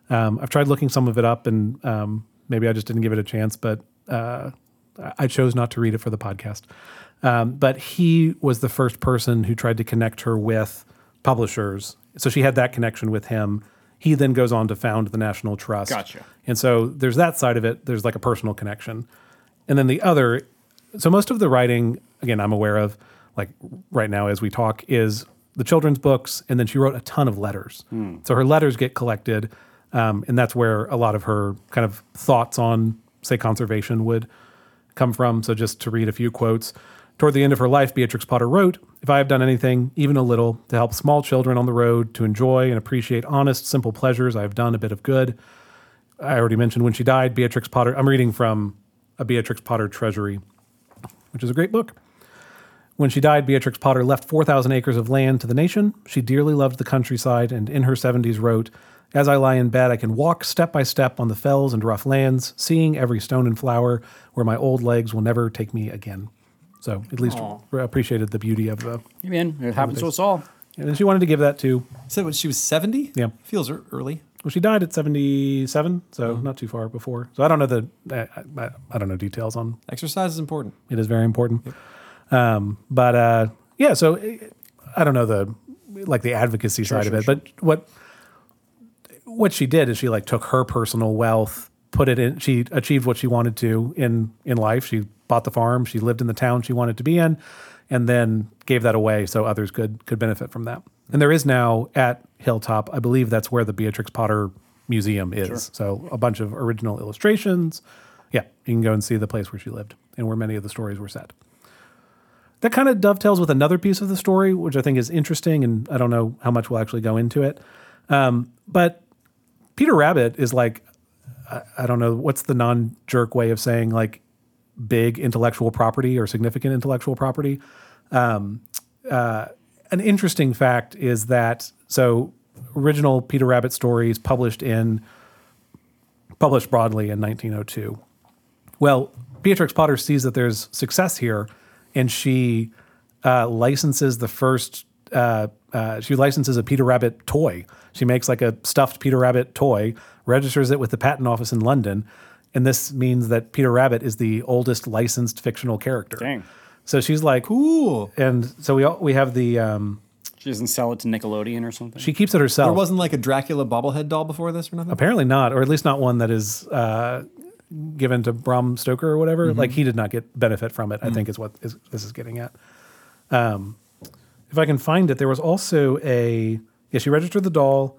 Speaker 2: Um, I've tried looking some of it up, and um, maybe I just didn't give it a chance, but uh, I- I chose not to read it for the podcast. Um, but he was the first person who tried to connect her with publishers. So she had that connection with him. He then goes on to found the National Trust.
Speaker 1: Gotcha.
Speaker 2: And so there's that side of it. There's like a personal connection. And then the other, so most of the writing, again, I'm aware of, like right now as we talk, is the children's books. And then she wrote a ton of letters. So her letters get collected. Um, and that's where a lot of her kind of thoughts on, say, conservation would come from. So just to read a few quotes. Toward the end of her life, Beatrix Potter wrote, If I have done anything, even a little, to help small children on the road to enjoy and appreciate honest, simple pleasures, I have done a bit of good. I already mentioned when she died, Beatrix Potter. I'm reading from a Beatrix Potter Treasury, which is a great book. When she died, Beatrix Potter left 4,000 acres of land to the nation. She dearly loved the countryside and in her 70s wrote, As I lie in bed, I can walk step by step on the fells and rough lands, seeing every stone and flower where my old legs will never take me again. So at least re- appreciated the beauty of the.
Speaker 1: Hey man, it happens to us all.
Speaker 2: And she wanted to give that to.
Speaker 3: Said what she was seventy.
Speaker 2: Yeah.
Speaker 3: feels er- early.
Speaker 2: Well, she died at 77, so not too far before. So I don't know the. I, I, I don't know details on
Speaker 3: Exercise is important.
Speaker 2: It is very important. Um, but uh, yeah, so eh, I don't know the like the advocacy side
Speaker 1: sure,
Speaker 2: of it, but what what she did is she like took her personal wealth, put it in. She achieved what she wanted to in in life. She bought the farm. She lived in the town she wanted to be in, and then gave that away so others could could benefit from that. And there is now at Hilltop, I believe that's where the Beatrix Potter Museum is. So a bunch of original illustrations. Yeah, you can go and see the place where she lived and where many of the stories were set that kind of dovetails with another piece of the story, which I think is interesting, and I don't know how much we'll actually go into it. Um, but Peter Rabbit is like, I, I don't know what's the non-jerk way of saying like big intellectual property or significant intellectual property. Um, uh, an interesting fact is that so original Peter Rabbit stories published in published broadly in 1902. Well, Beatrix Potter sees that there's success here, and she uh, licenses the first. Uh, uh, she licenses a Peter Rabbit toy. She makes like a stuffed Peter Rabbit toy, registers it with the patent office in London, and this means that Peter Rabbit is the oldest licensed fictional character.
Speaker 1: Dang.
Speaker 2: So she's like,
Speaker 3: Cool.
Speaker 2: and so we all, we have the. Um,
Speaker 1: She doesn't sell it to Nickelodeon or something.
Speaker 2: she keeps it herself.
Speaker 3: There wasn't like a Dracula bobblehead doll before this or nothing.
Speaker 2: Apparently not, or at least not one that is uh, given to Bram Stoker or whatever. Like he did not get benefit from it. I think is what is, this is getting at. Um, if I can find it, there was also a yeah. She registered the doll.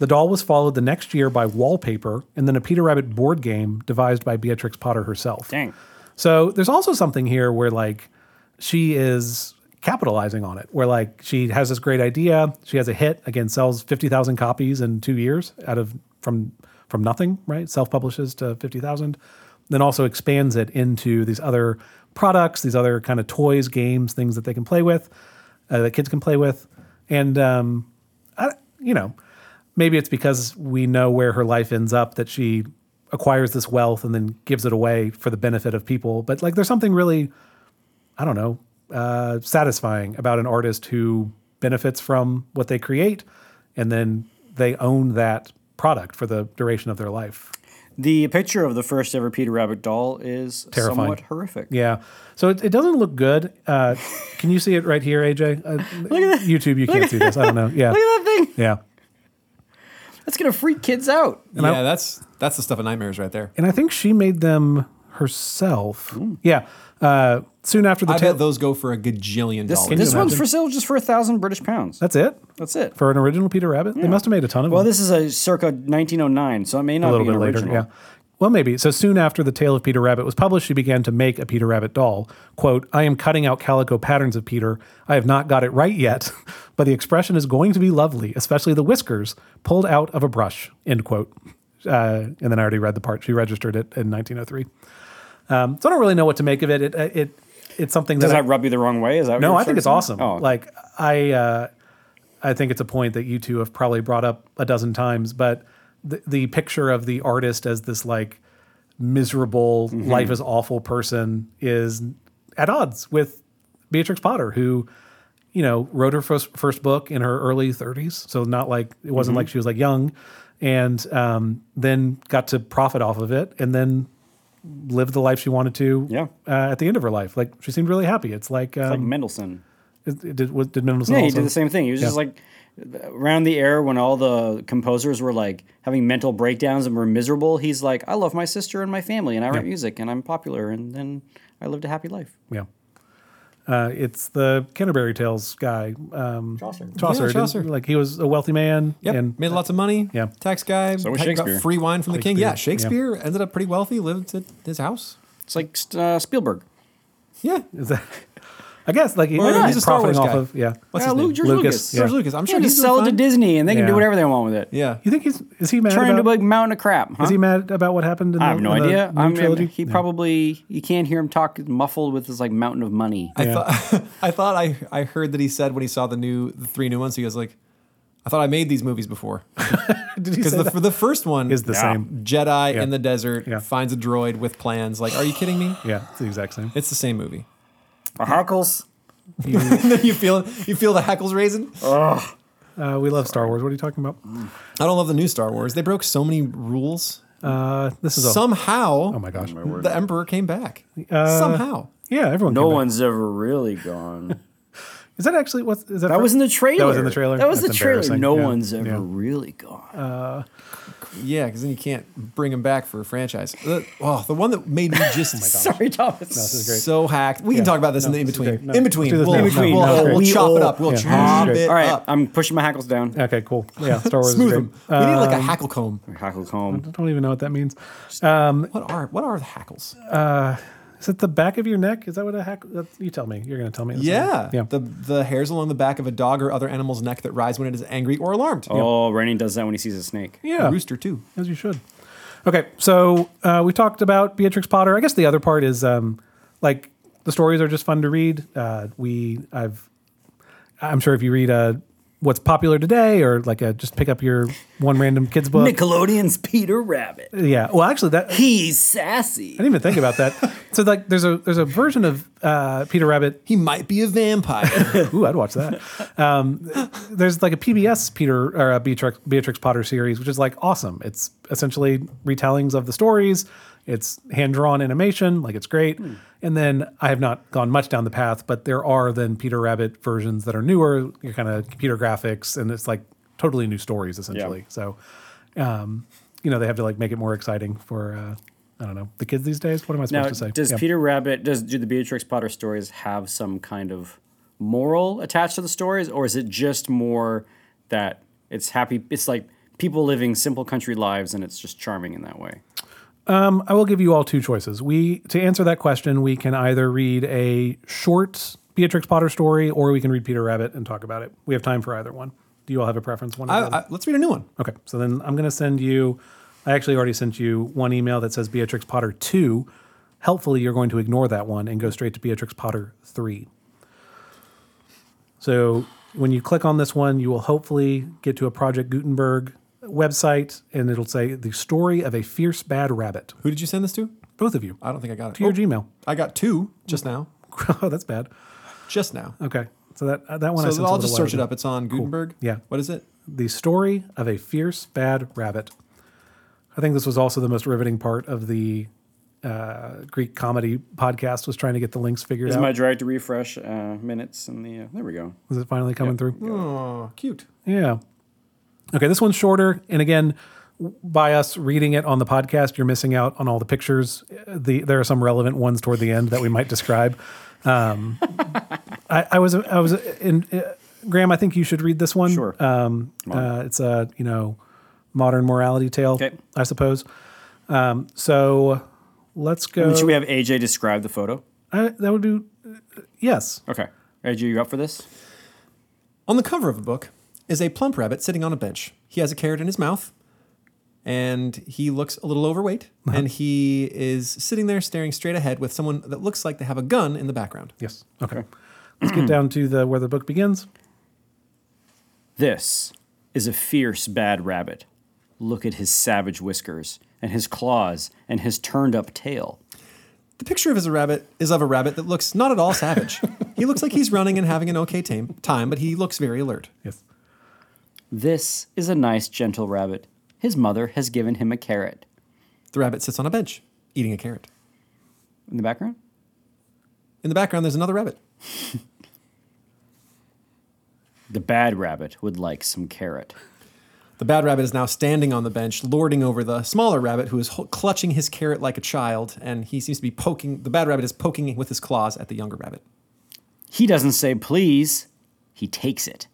Speaker 2: The doll was followed the next year by wallpaper and then a Peter Rabbit board game devised by Beatrix Potter herself.
Speaker 1: Dang.
Speaker 2: So there's also something here where like she is capitalizing on it, where like she has this great idea, she has a hit, again sells fifty thousand copies in two years out of from from nothing, right? Self publishes to 50,000, then also expands it into these other products, these other kind of toys, games, things that they can play with, uh, that kids can play with. And, um, I, you know, maybe it's because we know where her life ends up that she acquires this wealth and then gives it away for the benefit of people. But like, there's something really, I don't know, uh, satisfying about an artist who benefits from what they create and then they own that product for the duration of their life.
Speaker 1: The picture of the first ever Peter Rabbit doll is
Speaker 2: Terrifying.
Speaker 1: somewhat horrific.
Speaker 2: Yeah. So it, it doesn't look good. Uh, can you see it right here, AJ? Uh, look at YouTube, you can't see this. I don't know. Yeah.
Speaker 1: Look at that thing.
Speaker 2: Yeah.
Speaker 1: That's gonna freak kids out.
Speaker 3: yeah, that's that's the stuff of nightmares right there.
Speaker 2: And I think she made them herself. Yeah. Uh, soon after the
Speaker 3: I
Speaker 2: tail.
Speaker 3: bet those go for a gajillion
Speaker 1: This,
Speaker 3: dollars.
Speaker 1: this one's
Speaker 2: imagine?
Speaker 1: for sale just for a thousand British pounds.
Speaker 2: That's it
Speaker 1: That's it.
Speaker 2: for an original Peter Rabbit. They must have made a ton of
Speaker 1: Well,
Speaker 2: them.
Speaker 1: this is a circa 1909, so it may not
Speaker 2: a little
Speaker 1: be
Speaker 2: bit
Speaker 1: an
Speaker 2: later.
Speaker 1: original.
Speaker 2: Yeah. Well, maybe. So soon after the tale of Peter Rabbit was published, she began to make a Peter Rabbit doll. Quote, I am cutting out calico patterns of Peter. I have not got it right yet, but the expression is going to be lovely, especially the whiskers pulled out of a brush, end quote. Uh, and then I already read the part. She registered it in 1903. Um, so I don't really know what to make of it. It, it, it's something that
Speaker 1: Does
Speaker 2: I-
Speaker 1: that rub you the wrong way? Is that what
Speaker 2: No,
Speaker 1: you're
Speaker 2: I think it's
Speaker 1: saying?
Speaker 2: awesome.
Speaker 1: Oh,
Speaker 2: Like I, uh, I think it's a point that you two have probably brought up a dozen times, but the, the picture of the artist as this like miserable,
Speaker 1: Mm-hmm.
Speaker 2: life is awful person is at odds with Beatrix Potter, who, you know, wrote her first, first book in her early 30s. So not like it wasn't
Speaker 1: Mm-hmm.
Speaker 2: like she was like young, and um, then got to profit off of it, and then lived the life she wanted to.
Speaker 1: Yeah.
Speaker 2: Uh, at the end of her life, like she seemed really happy. It's like, um,
Speaker 1: like Mendelssohn.
Speaker 2: it- it did, was, did Mendelssohn
Speaker 1: Yeah, he
Speaker 2: also-
Speaker 1: did the same thing. He was just
Speaker 2: Yeah.
Speaker 1: like around the era when all the composers were like having mental breakdowns and were miserable. He's like, I love my sister and my family, and I write music, and I'm popular, and then I lived a happy life.
Speaker 2: Yeah. Uh, it's the Canterbury Tales guy, um,
Speaker 1: Chaucer.
Speaker 2: Chaucer.
Speaker 3: Yeah,
Speaker 2: didn't-
Speaker 3: Chaucer.
Speaker 2: Like he was a wealthy man.
Speaker 3: Yep,
Speaker 2: And
Speaker 3: made lots of money.
Speaker 2: Yeah.
Speaker 3: tax guy.
Speaker 1: So was
Speaker 3: got-
Speaker 1: Shakespeare.
Speaker 3: Got free wine from the king.
Speaker 2: Shakespeare,
Speaker 3: Yeah, Shakespeare ended up pretty wealthy. Lived at his house.
Speaker 1: It's like uh, Spielberg.
Speaker 3: Yeah,
Speaker 2: is that, I guess like he-
Speaker 3: Or
Speaker 2: he's
Speaker 3: he's a Star
Speaker 2: profiting
Speaker 3: Wars
Speaker 2: off
Speaker 3: guy.
Speaker 2: of yeah.
Speaker 3: What's
Speaker 1: yeah,
Speaker 3: his
Speaker 1: Luke,
Speaker 3: name?
Speaker 1: George
Speaker 2: Lucas,
Speaker 1: Lucas.
Speaker 2: yeah.
Speaker 3: George Lucas. I'm sure
Speaker 1: yeah,
Speaker 3: he's
Speaker 1: just sell it
Speaker 3: doing
Speaker 1: to
Speaker 3: fine.
Speaker 1: Disney, and they can
Speaker 2: Yeah.
Speaker 1: do whatever they want with it.
Speaker 3: Yeah,
Speaker 2: You think he's is he mad
Speaker 1: Turn into a
Speaker 2: about,
Speaker 1: big mountain of crap, huh?
Speaker 2: is he mad about what happened? In
Speaker 1: I have
Speaker 2: the,
Speaker 1: no
Speaker 2: in the
Speaker 1: idea.
Speaker 2: new
Speaker 1: I mean,
Speaker 2: trilogy?
Speaker 1: he probably you can't hear him talk muffled with his like mountain of money.
Speaker 3: I thought I thought I I heard that he said when he saw the new the three new ones. He was like, I thought I made these movies before
Speaker 2: Did he
Speaker 3: because
Speaker 2: say
Speaker 3: the
Speaker 2: that?
Speaker 3: for the first one
Speaker 2: Is the
Speaker 1: Yeah.
Speaker 2: same.
Speaker 3: Jedi in the desert
Speaker 2: Yeah.
Speaker 3: finds a droid with plans. Like, are you kidding me?
Speaker 2: Yeah, it's the exact same.
Speaker 3: It's the same movie.
Speaker 1: Harkles.
Speaker 3: you feel you feel the hackles raising.
Speaker 2: Uh, we love Star Wars. What are you talking about?
Speaker 3: I don't love the new Star Wars. They broke so many rules.
Speaker 2: Uh, this is a
Speaker 3: Somehow,
Speaker 2: oh my gosh. Uh,
Speaker 3: the Emperor came back. Somehow.
Speaker 2: Yeah, everyone.
Speaker 1: No
Speaker 2: came back.
Speaker 1: one's ever really gone.
Speaker 2: is that actually what is that?
Speaker 1: That was in the trailer.
Speaker 2: That was in the trailer.
Speaker 1: That was
Speaker 2: That's
Speaker 1: the trailer.
Speaker 2: embarrassing.
Speaker 1: No
Speaker 2: Yeah. Uh,
Speaker 1: one's ever
Speaker 2: Yeah.
Speaker 1: really gone.
Speaker 3: Yeah, because then you can't bring him back for a franchise. The, oh, the one that made me
Speaker 2: Oh
Speaker 3: just
Speaker 1: Sorry, Thomas.
Speaker 3: so hacked. We can talk about this in the in
Speaker 2: great.
Speaker 3: between.
Speaker 2: No,
Speaker 3: in
Speaker 2: let's do
Speaker 3: between.
Speaker 2: this
Speaker 3: We'll,
Speaker 2: now.
Speaker 3: we'll,
Speaker 2: No, no,
Speaker 3: we'll-
Speaker 2: no, it's
Speaker 3: we'll
Speaker 1: great.
Speaker 3: chop it up. We'll
Speaker 2: Yeah.
Speaker 3: chop
Speaker 2: It's great.
Speaker 3: it
Speaker 1: All right,
Speaker 3: up.
Speaker 1: I'm pushing my hackles down.
Speaker 2: Okay, cool. Yeah, Star Wars.
Speaker 3: Smooth
Speaker 2: is
Speaker 3: them.
Speaker 2: great. Uh, Um,
Speaker 3: We need like a hackle comb.
Speaker 1: Hackles home.
Speaker 2: I don't even know what that means.
Speaker 3: What are what are the hackles?
Speaker 2: uh, Is it the back of your neck? Is that what a hack? That's, you tell me. You're going to tell me. this
Speaker 3: yeah.
Speaker 2: one. Yeah.
Speaker 3: The the hairs along the back of a dog or other animal's neck that rise when it is angry or alarmed.
Speaker 1: Oh, Rennie does that when he sees a snake.
Speaker 2: yeah.
Speaker 3: A rooster too.
Speaker 2: As you should. Okay. So uh, we talked about Beatrix Potter. I guess the other part is um, like the stories are just fun to read. Uh, we, I've, I'm sure if you read uh what's popular today or like a, just pick up your one random kid's book.
Speaker 1: Nickelodeon's Peter Rabbit.
Speaker 2: Yeah. Well, actually, that
Speaker 1: He's sassy.
Speaker 2: Uh, I didn't even think about that. so like, there's a there's a version of uh, Peter Rabbit
Speaker 3: He might be a vampire.
Speaker 2: Ooh, I'd watch that. Um, there's like a PBS Peter or a Beatrix, Beatrix Potter series, which is like awesome. It's essentially retellings of the stories. It's hand drawn animation, like it's great.
Speaker 1: Hmm.
Speaker 2: And then I have not gone much down the path, but there are then Peter Rabbit versions that are newer, your kind of computer graphics, and it's like totally new stories essentially.
Speaker 1: Yeah.
Speaker 2: So, um, you know, they have to like make it more exciting for uh, I don't know the kids these days. What am I supposed
Speaker 1: Now,
Speaker 2: to say?
Speaker 1: does
Speaker 2: Yeah.
Speaker 1: Peter Rabbit does do the Beatrix Potter stories have some kind of moral attached to the stories, or is it just more that it's happy? It's like people living simple country lives, and it's just charming in that way.
Speaker 2: I will give you all two choices. We to answer that question, we can either read a short Beatrix Potter story or we can read Peter Rabbit and talk about it. We have time for either one. Do you all have a preference one? Or
Speaker 3: I,
Speaker 2: the other?
Speaker 3: I, let's read a new one.
Speaker 2: okay, so then I'm going to send you I actually already sent you one email that says Beatrix Potter 2. Helpfully, you're going to ignore that one and go straight to Beatrix Potter 3. So when you click on this one, you will hopefully get to a Project Gutenberg website and it'll say the story of a fierce bad rabbit.
Speaker 3: Who did you send this to?
Speaker 2: Both of you.
Speaker 3: I don't think I got it.
Speaker 2: To your
Speaker 3: Oh,
Speaker 2: Gmail.
Speaker 3: I got two just now.
Speaker 2: oh, that's bad.
Speaker 3: Just now.
Speaker 2: Okay. So that uh, that one I
Speaker 3: so
Speaker 2: sent a
Speaker 3: I'll
Speaker 2: little
Speaker 3: just
Speaker 2: while
Speaker 3: search it
Speaker 2: ago.
Speaker 3: up. It's on Gutenberg.
Speaker 2: Yeah.
Speaker 3: What is it?
Speaker 2: The story of a fierce bad rabbit. I think this was also the most riveting part of the uh, Greek comedy podcast was trying to get the links figured
Speaker 1: Is
Speaker 2: out.
Speaker 1: my drag to refresh uh, minutes in the? Uh, there we go.
Speaker 2: was it finally coming through?
Speaker 3: Oh, cute.
Speaker 2: Yeah. Okay, this one's shorter. And again, w- by us reading it on the podcast, you're missing out on all the pictures. The there are some relevant ones toward the end that we might describe. Um, I, I was I was in uh, Graham. I think you should read this one.
Speaker 1: Sure.
Speaker 2: Um, uh, it's a you know modern morality tale,
Speaker 1: Okay.
Speaker 2: I suppose. Um, so let's go.
Speaker 1: Should we have AJ describe the photo?
Speaker 2: I, that would do. Yes.
Speaker 1: Okay, AJ, you up for this?
Speaker 3: On the cover of a book is a plump rabbit sitting on a bench. He has a carrot in his mouth, and he looks a little overweight, and he is sitting there staring straight ahead with someone that looks like they have a gun in the background.
Speaker 2: Yes. okay. Let's get down to the where the book begins.
Speaker 1: This is a fierce bad rabbit. Look at his savage whiskers and his claws and his turned up tail.
Speaker 3: The picture of his rabbit is of a rabbit that looks not at all savage. he looks like he's running and having an okay tame, time, but he looks very alert.
Speaker 2: Yes.
Speaker 1: This is a nice, gentle rabbit. His mother has given him a carrot.
Speaker 3: The rabbit sits on a bench, eating a carrot.
Speaker 1: In the background?
Speaker 3: In the background, there's another rabbit.
Speaker 1: The bad rabbit would like some carrot.
Speaker 3: The bad rabbit is now standing on the bench, lording over the smaller rabbit who is ho- clutching his carrot like a child, and he seems to be poking. The bad rabbit is poking with his claws at the younger rabbit.
Speaker 1: He doesn't say please, he takes it.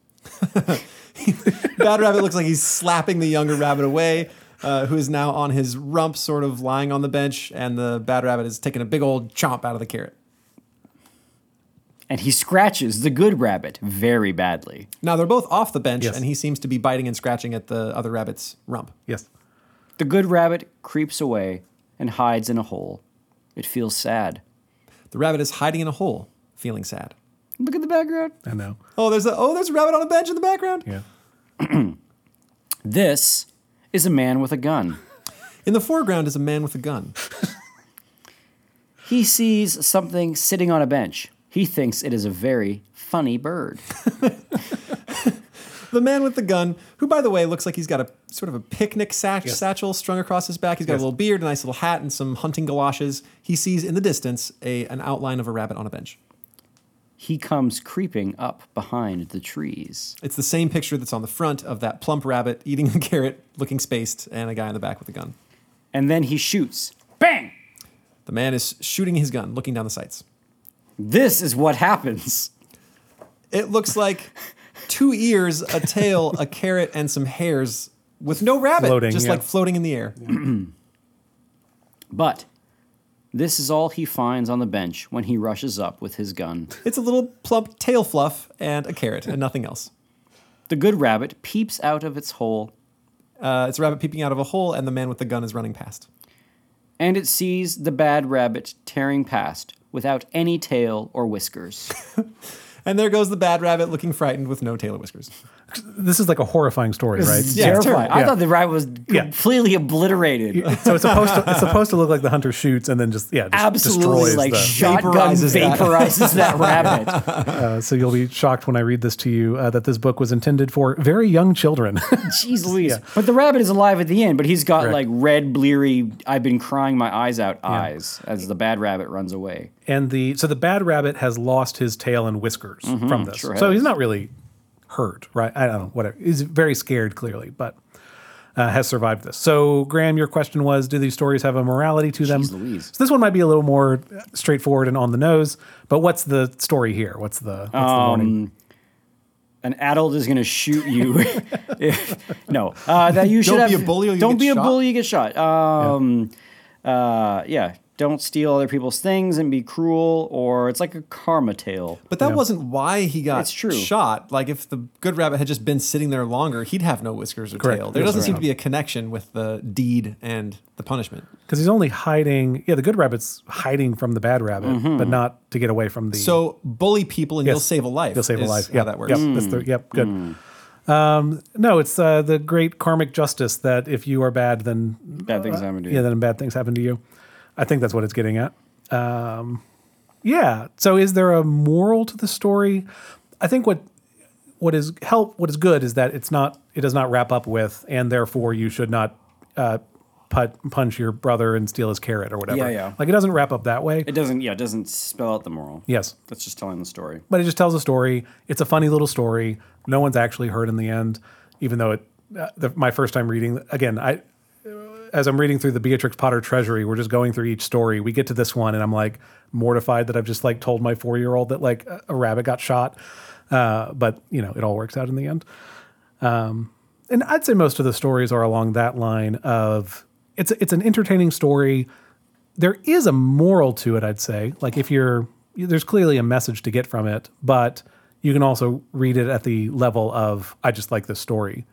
Speaker 3: Bad rabbit looks like he's slapping the younger rabbit away, uh, who is now on his rump, sort of lying on the bench, and the bad rabbit is taking a big old chomp out of the carrot.
Speaker 1: And he scratches the good rabbit very badly.
Speaker 3: Now they're both off the bench,
Speaker 2: Yes.
Speaker 3: and he seems to be biting and scratching at the other rabbit's rump.
Speaker 2: Yes.
Speaker 1: The good rabbit creeps away and hides in a hole. It feels sad.
Speaker 3: The rabbit is hiding in a hole, feeling sad.
Speaker 1: Look at the background.
Speaker 2: I know.
Speaker 3: Oh, there's a oh, there's a rabbit on a bench in the background.
Speaker 2: Yeah.
Speaker 1: This is a man with a gun.
Speaker 3: In the foreground is a man with a gun.
Speaker 1: He sees something sitting on a bench. He thinks it is a very funny bird.
Speaker 3: The man with the gun, who by the way looks like he's got a sort of a picnic satch, satchel strung across his back. He's got
Speaker 2: Yes.
Speaker 3: a little beard, a nice little hat, and some hunting galoshes. He sees in the distance a an outline of a rabbit on a bench.
Speaker 1: He comes creeping up behind the trees.
Speaker 3: It's the same picture that's on the front of that plump rabbit eating a carrot, looking spaced, and a guy in the back with a gun.
Speaker 1: And then he shoots. Bang!
Speaker 3: The man is shooting his gun, looking down the sights.
Speaker 1: This is what happens.
Speaker 3: It looks like two ears, a tail, a carrot, and some hairs with no rabbit,
Speaker 2: Floating,
Speaker 3: just
Speaker 2: yeah.
Speaker 3: like floating in the air.
Speaker 1: But this is all he finds on the bench when he rushes up with his gun.
Speaker 3: It's a little plump tail fluff and a carrot and nothing else.
Speaker 1: The good rabbit peeps out of its hole
Speaker 3: Uh, it's a rabbit peeping out of a hole, and the man with the gun is running past.
Speaker 1: and it sees the bad rabbit tearing past without any tail or whiskers.
Speaker 3: And there goes the bad rabbit looking frightened with no tail or whiskers.
Speaker 2: This is like a horrifying story, right?
Speaker 3: Yeah, it's
Speaker 1: Terrifying.
Speaker 3: terrible.
Speaker 1: I
Speaker 2: Yeah.
Speaker 1: thought the rabbit was
Speaker 2: Yeah.
Speaker 1: completely obliterated.
Speaker 2: So it's supposed to it's supposed to look like the hunter shoots and then just yeah, just
Speaker 1: Absolutely,
Speaker 2: destroys
Speaker 1: like
Speaker 2: the-
Speaker 1: shotgun
Speaker 3: Vaporizes that.
Speaker 1: vaporizes that rabbit.
Speaker 2: uh, so you'll be shocked when I read this to you uh, that this book was intended for very young children.
Speaker 1: Jeez Louise. But the rabbit is alive at the end, but he's got
Speaker 2: Correct.
Speaker 1: like red, bleary, I've been crying my eyes out eyes as the bad rabbit runs away.
Speaker 2: and the so the bad rabbit has lost his tail and whiskers from this.
Speaker 1: Mm-hmm, sure
Speaker 2: so
Speaker 1: has.
Speaker 2: he's not really hurt, right? I don't know, whatever. He's very scared clearly, but uh, has survived this. So Graham, your question was, do these stories have a morality to them?
Speaker 1: Jeez Louise.
Speaker 2: So this one might be a little more straightforward and on the nose, but what's the story here? What's the what's
Speaker 1: Um,
Speaker 2: the warning?
Speaker 1: An adult is going to shoot you. if, no, uh, that you should
Speaker 3: Don't
Speaker 1: have,
Speaker 3: be a bully or you
Speaker 1: don't
Speaker 3: get
Speaker 1: be a
Speaker 3: shot.
Speaker 1: bully. You get shot. Um, uh, yeah, don't steal other people's things and be cruel, or it's like a karma tale.
Speaker 3: But that wasn't why he got
Speaker 1: It's true.
Speaker 3: shot. Like if the good rabbit had just been sitting there longer, he'd have no whiskers or
Speaker 2: Correct.
Speaker 3: tail. There
Speaker 2: Yes,
Speaker 3: doesn't
Speaker 2: right.
Speaker 3: seem to be a connection with the deed and the punishment.
Speaker 2: because he's only hiding. Yeah, the good rabbit's hiding from the bad rabbit, but not to get away from the.
Speaker 3: Mm-hmm. So bully people and you'll
Speaker 2: Yes.
Speaker 3: save a life.
Speaker 2: You'll save a
Speaker 3: is
Speaker 2: life.
Speaker 3: How
Speaker 2: Yeah,
Speaker 3: that works. Mm.
Speaker 2: Yep, that's the- yep, good. Um, no, it's uh, the great karmic justice that if you are bad, then
Speaker 1: Bad
Speaker 3: Uh,
Speaker 1: things happen to you.
Speaker 2: yeah, then bad things happen to you. I think that's what it's getting at. Um, yeah. So, is there a moral to the story? I think what what is help what is good is that it's not it does not wrap up with and therefore you should not uh, put, punch your brother and steal his carrot or whatever.
Speaker 1: Yeah, yeah.
Speaker 2: Like it doesn't wrap up that way.
Speaker 1: It doesn't. Yeah, it doesn't spell out the moral.
Speaker 2: yes.
Speaker 1: that's just telling the story.
Speaker 2: but it just tells a story. It's a funny little story. No one's actually hurt in the end, even though it. Uh, the, my first time reading again, I as I'm reading through the Beatrix Potter Treasury, we're just going through each story. We get to this one, and I'm like mortified that I've just like told my four year old that like a- a rabbit got shot. Uh, but you know, it all works out in the end. Um, and I'd say most of the stories are along that line of it's it's an entertaining story. There is a moral to it, I'd say. Like if you're there's clearly a message to get from it, but you can also read it at the level of I just like this story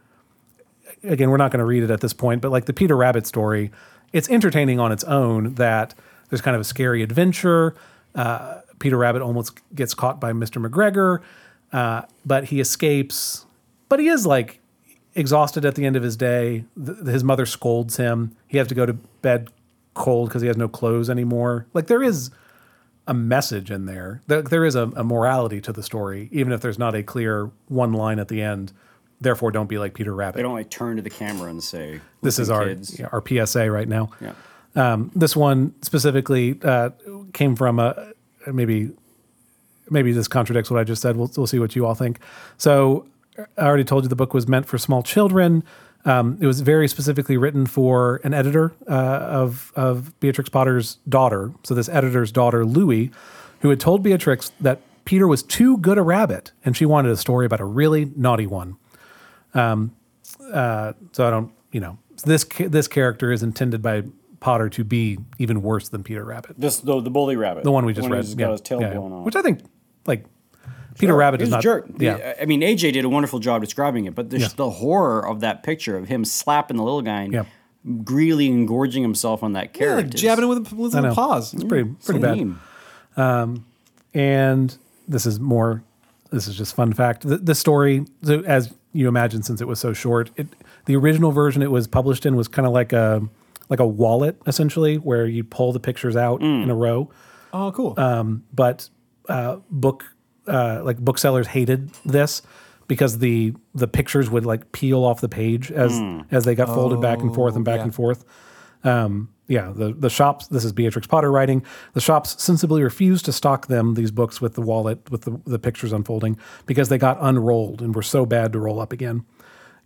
Speaker 2: again, we're not going to read it at this point, but like the Peter Rabbit story, it's entertaining on its own that there's kind of a scary adventure. Uh, Peter Rabbit almost gets caught by Mr. McGregor, uh, but he escapes. But he is like exhausted at the end of his day. Th- his mother scolds him. He has to go to bed cold because he has no clothes anymore. Like there is a message in there. There, there is a, a morality to the story, even if there's not a clear one line at the end. Therefore, don't be like Peter Rabbit
Speaker 1: They don't like turn to the camera and say,
Speaker 2: this is
Speaker 1: "Listen,
Speaker 2: our
Speaker 1: kids."
Speaker 2: yeah, our PSA right now.
Speaker 1: Yeah.
Speaker 2: Um, this one specifically uh, came from a maybe maybe this contradicts what I just said. We'll we'll see what you all think. So I already told you the book was meant for small children. Um, it was very specifically written for an editor uh, of of Beatrix Potter's daughter. So this editor's daughter, Louie, who had told Beatrix that Peter was too good a rabbit, and she wanted a story about a really naughty one so I don't, you know, this ca- this character is intended by Potter to be even worse than Peter Rabbit,
Speaker 1: This the, the bully rabbit.
Speaker 2: the one we just read.
Speaker 1: He's got his tail
Speaker 2: yeah, yeah.
Speaker 1: blown off.
Speaker 2: which I think, like, Peter Rabbit
Speaker 1: He's
Speaker 2: is
Speaker 1: a
Speaker 2: not
Speaker 1: jerk. The-
Speaker 2: Yeah,
Speaker 1: I mean, AJ did a wonderful job describing it, but the, the horror of that picture of him slapping the little guy and
Speaker 2: Yeah.
Speaker 1: greedily engorging himself on that
Speaker 3: Yeah,
Speaker 1: carrot.
Speaker 3: like
Speaker 1: is-
Speaker 3: jabbing it with, with
Speaker 2: I
Speaker 3: a
Speaker 2: know.
Speaker 3: paws.
Speaker 2: It's pretty pretty bad.
Speaker 1: Mean.
Speaker 2: and this is more this is just fun fact the, the story so as you imagine since it was so short it the original version it was published in was kind of like a like a wallet essentially where you pull the pictures out
Speaker 1: Mm.
Speaker 2: in a row
Speaker 3: Oh, cool.
Speaker 2: Um, but uh, book uh, like booksellers hated this because the the pictures would like peel off the page as as they got folded back and forth and back
Speaker 3: yeah.
Speaker 2: and forth. Um, yeah, the the shops. This is Beatrix Potter writing. The shops sensibly refused to stock them these books with the wallet with the, the pictures unfolding because they got unrolled and were so bad to roll up again.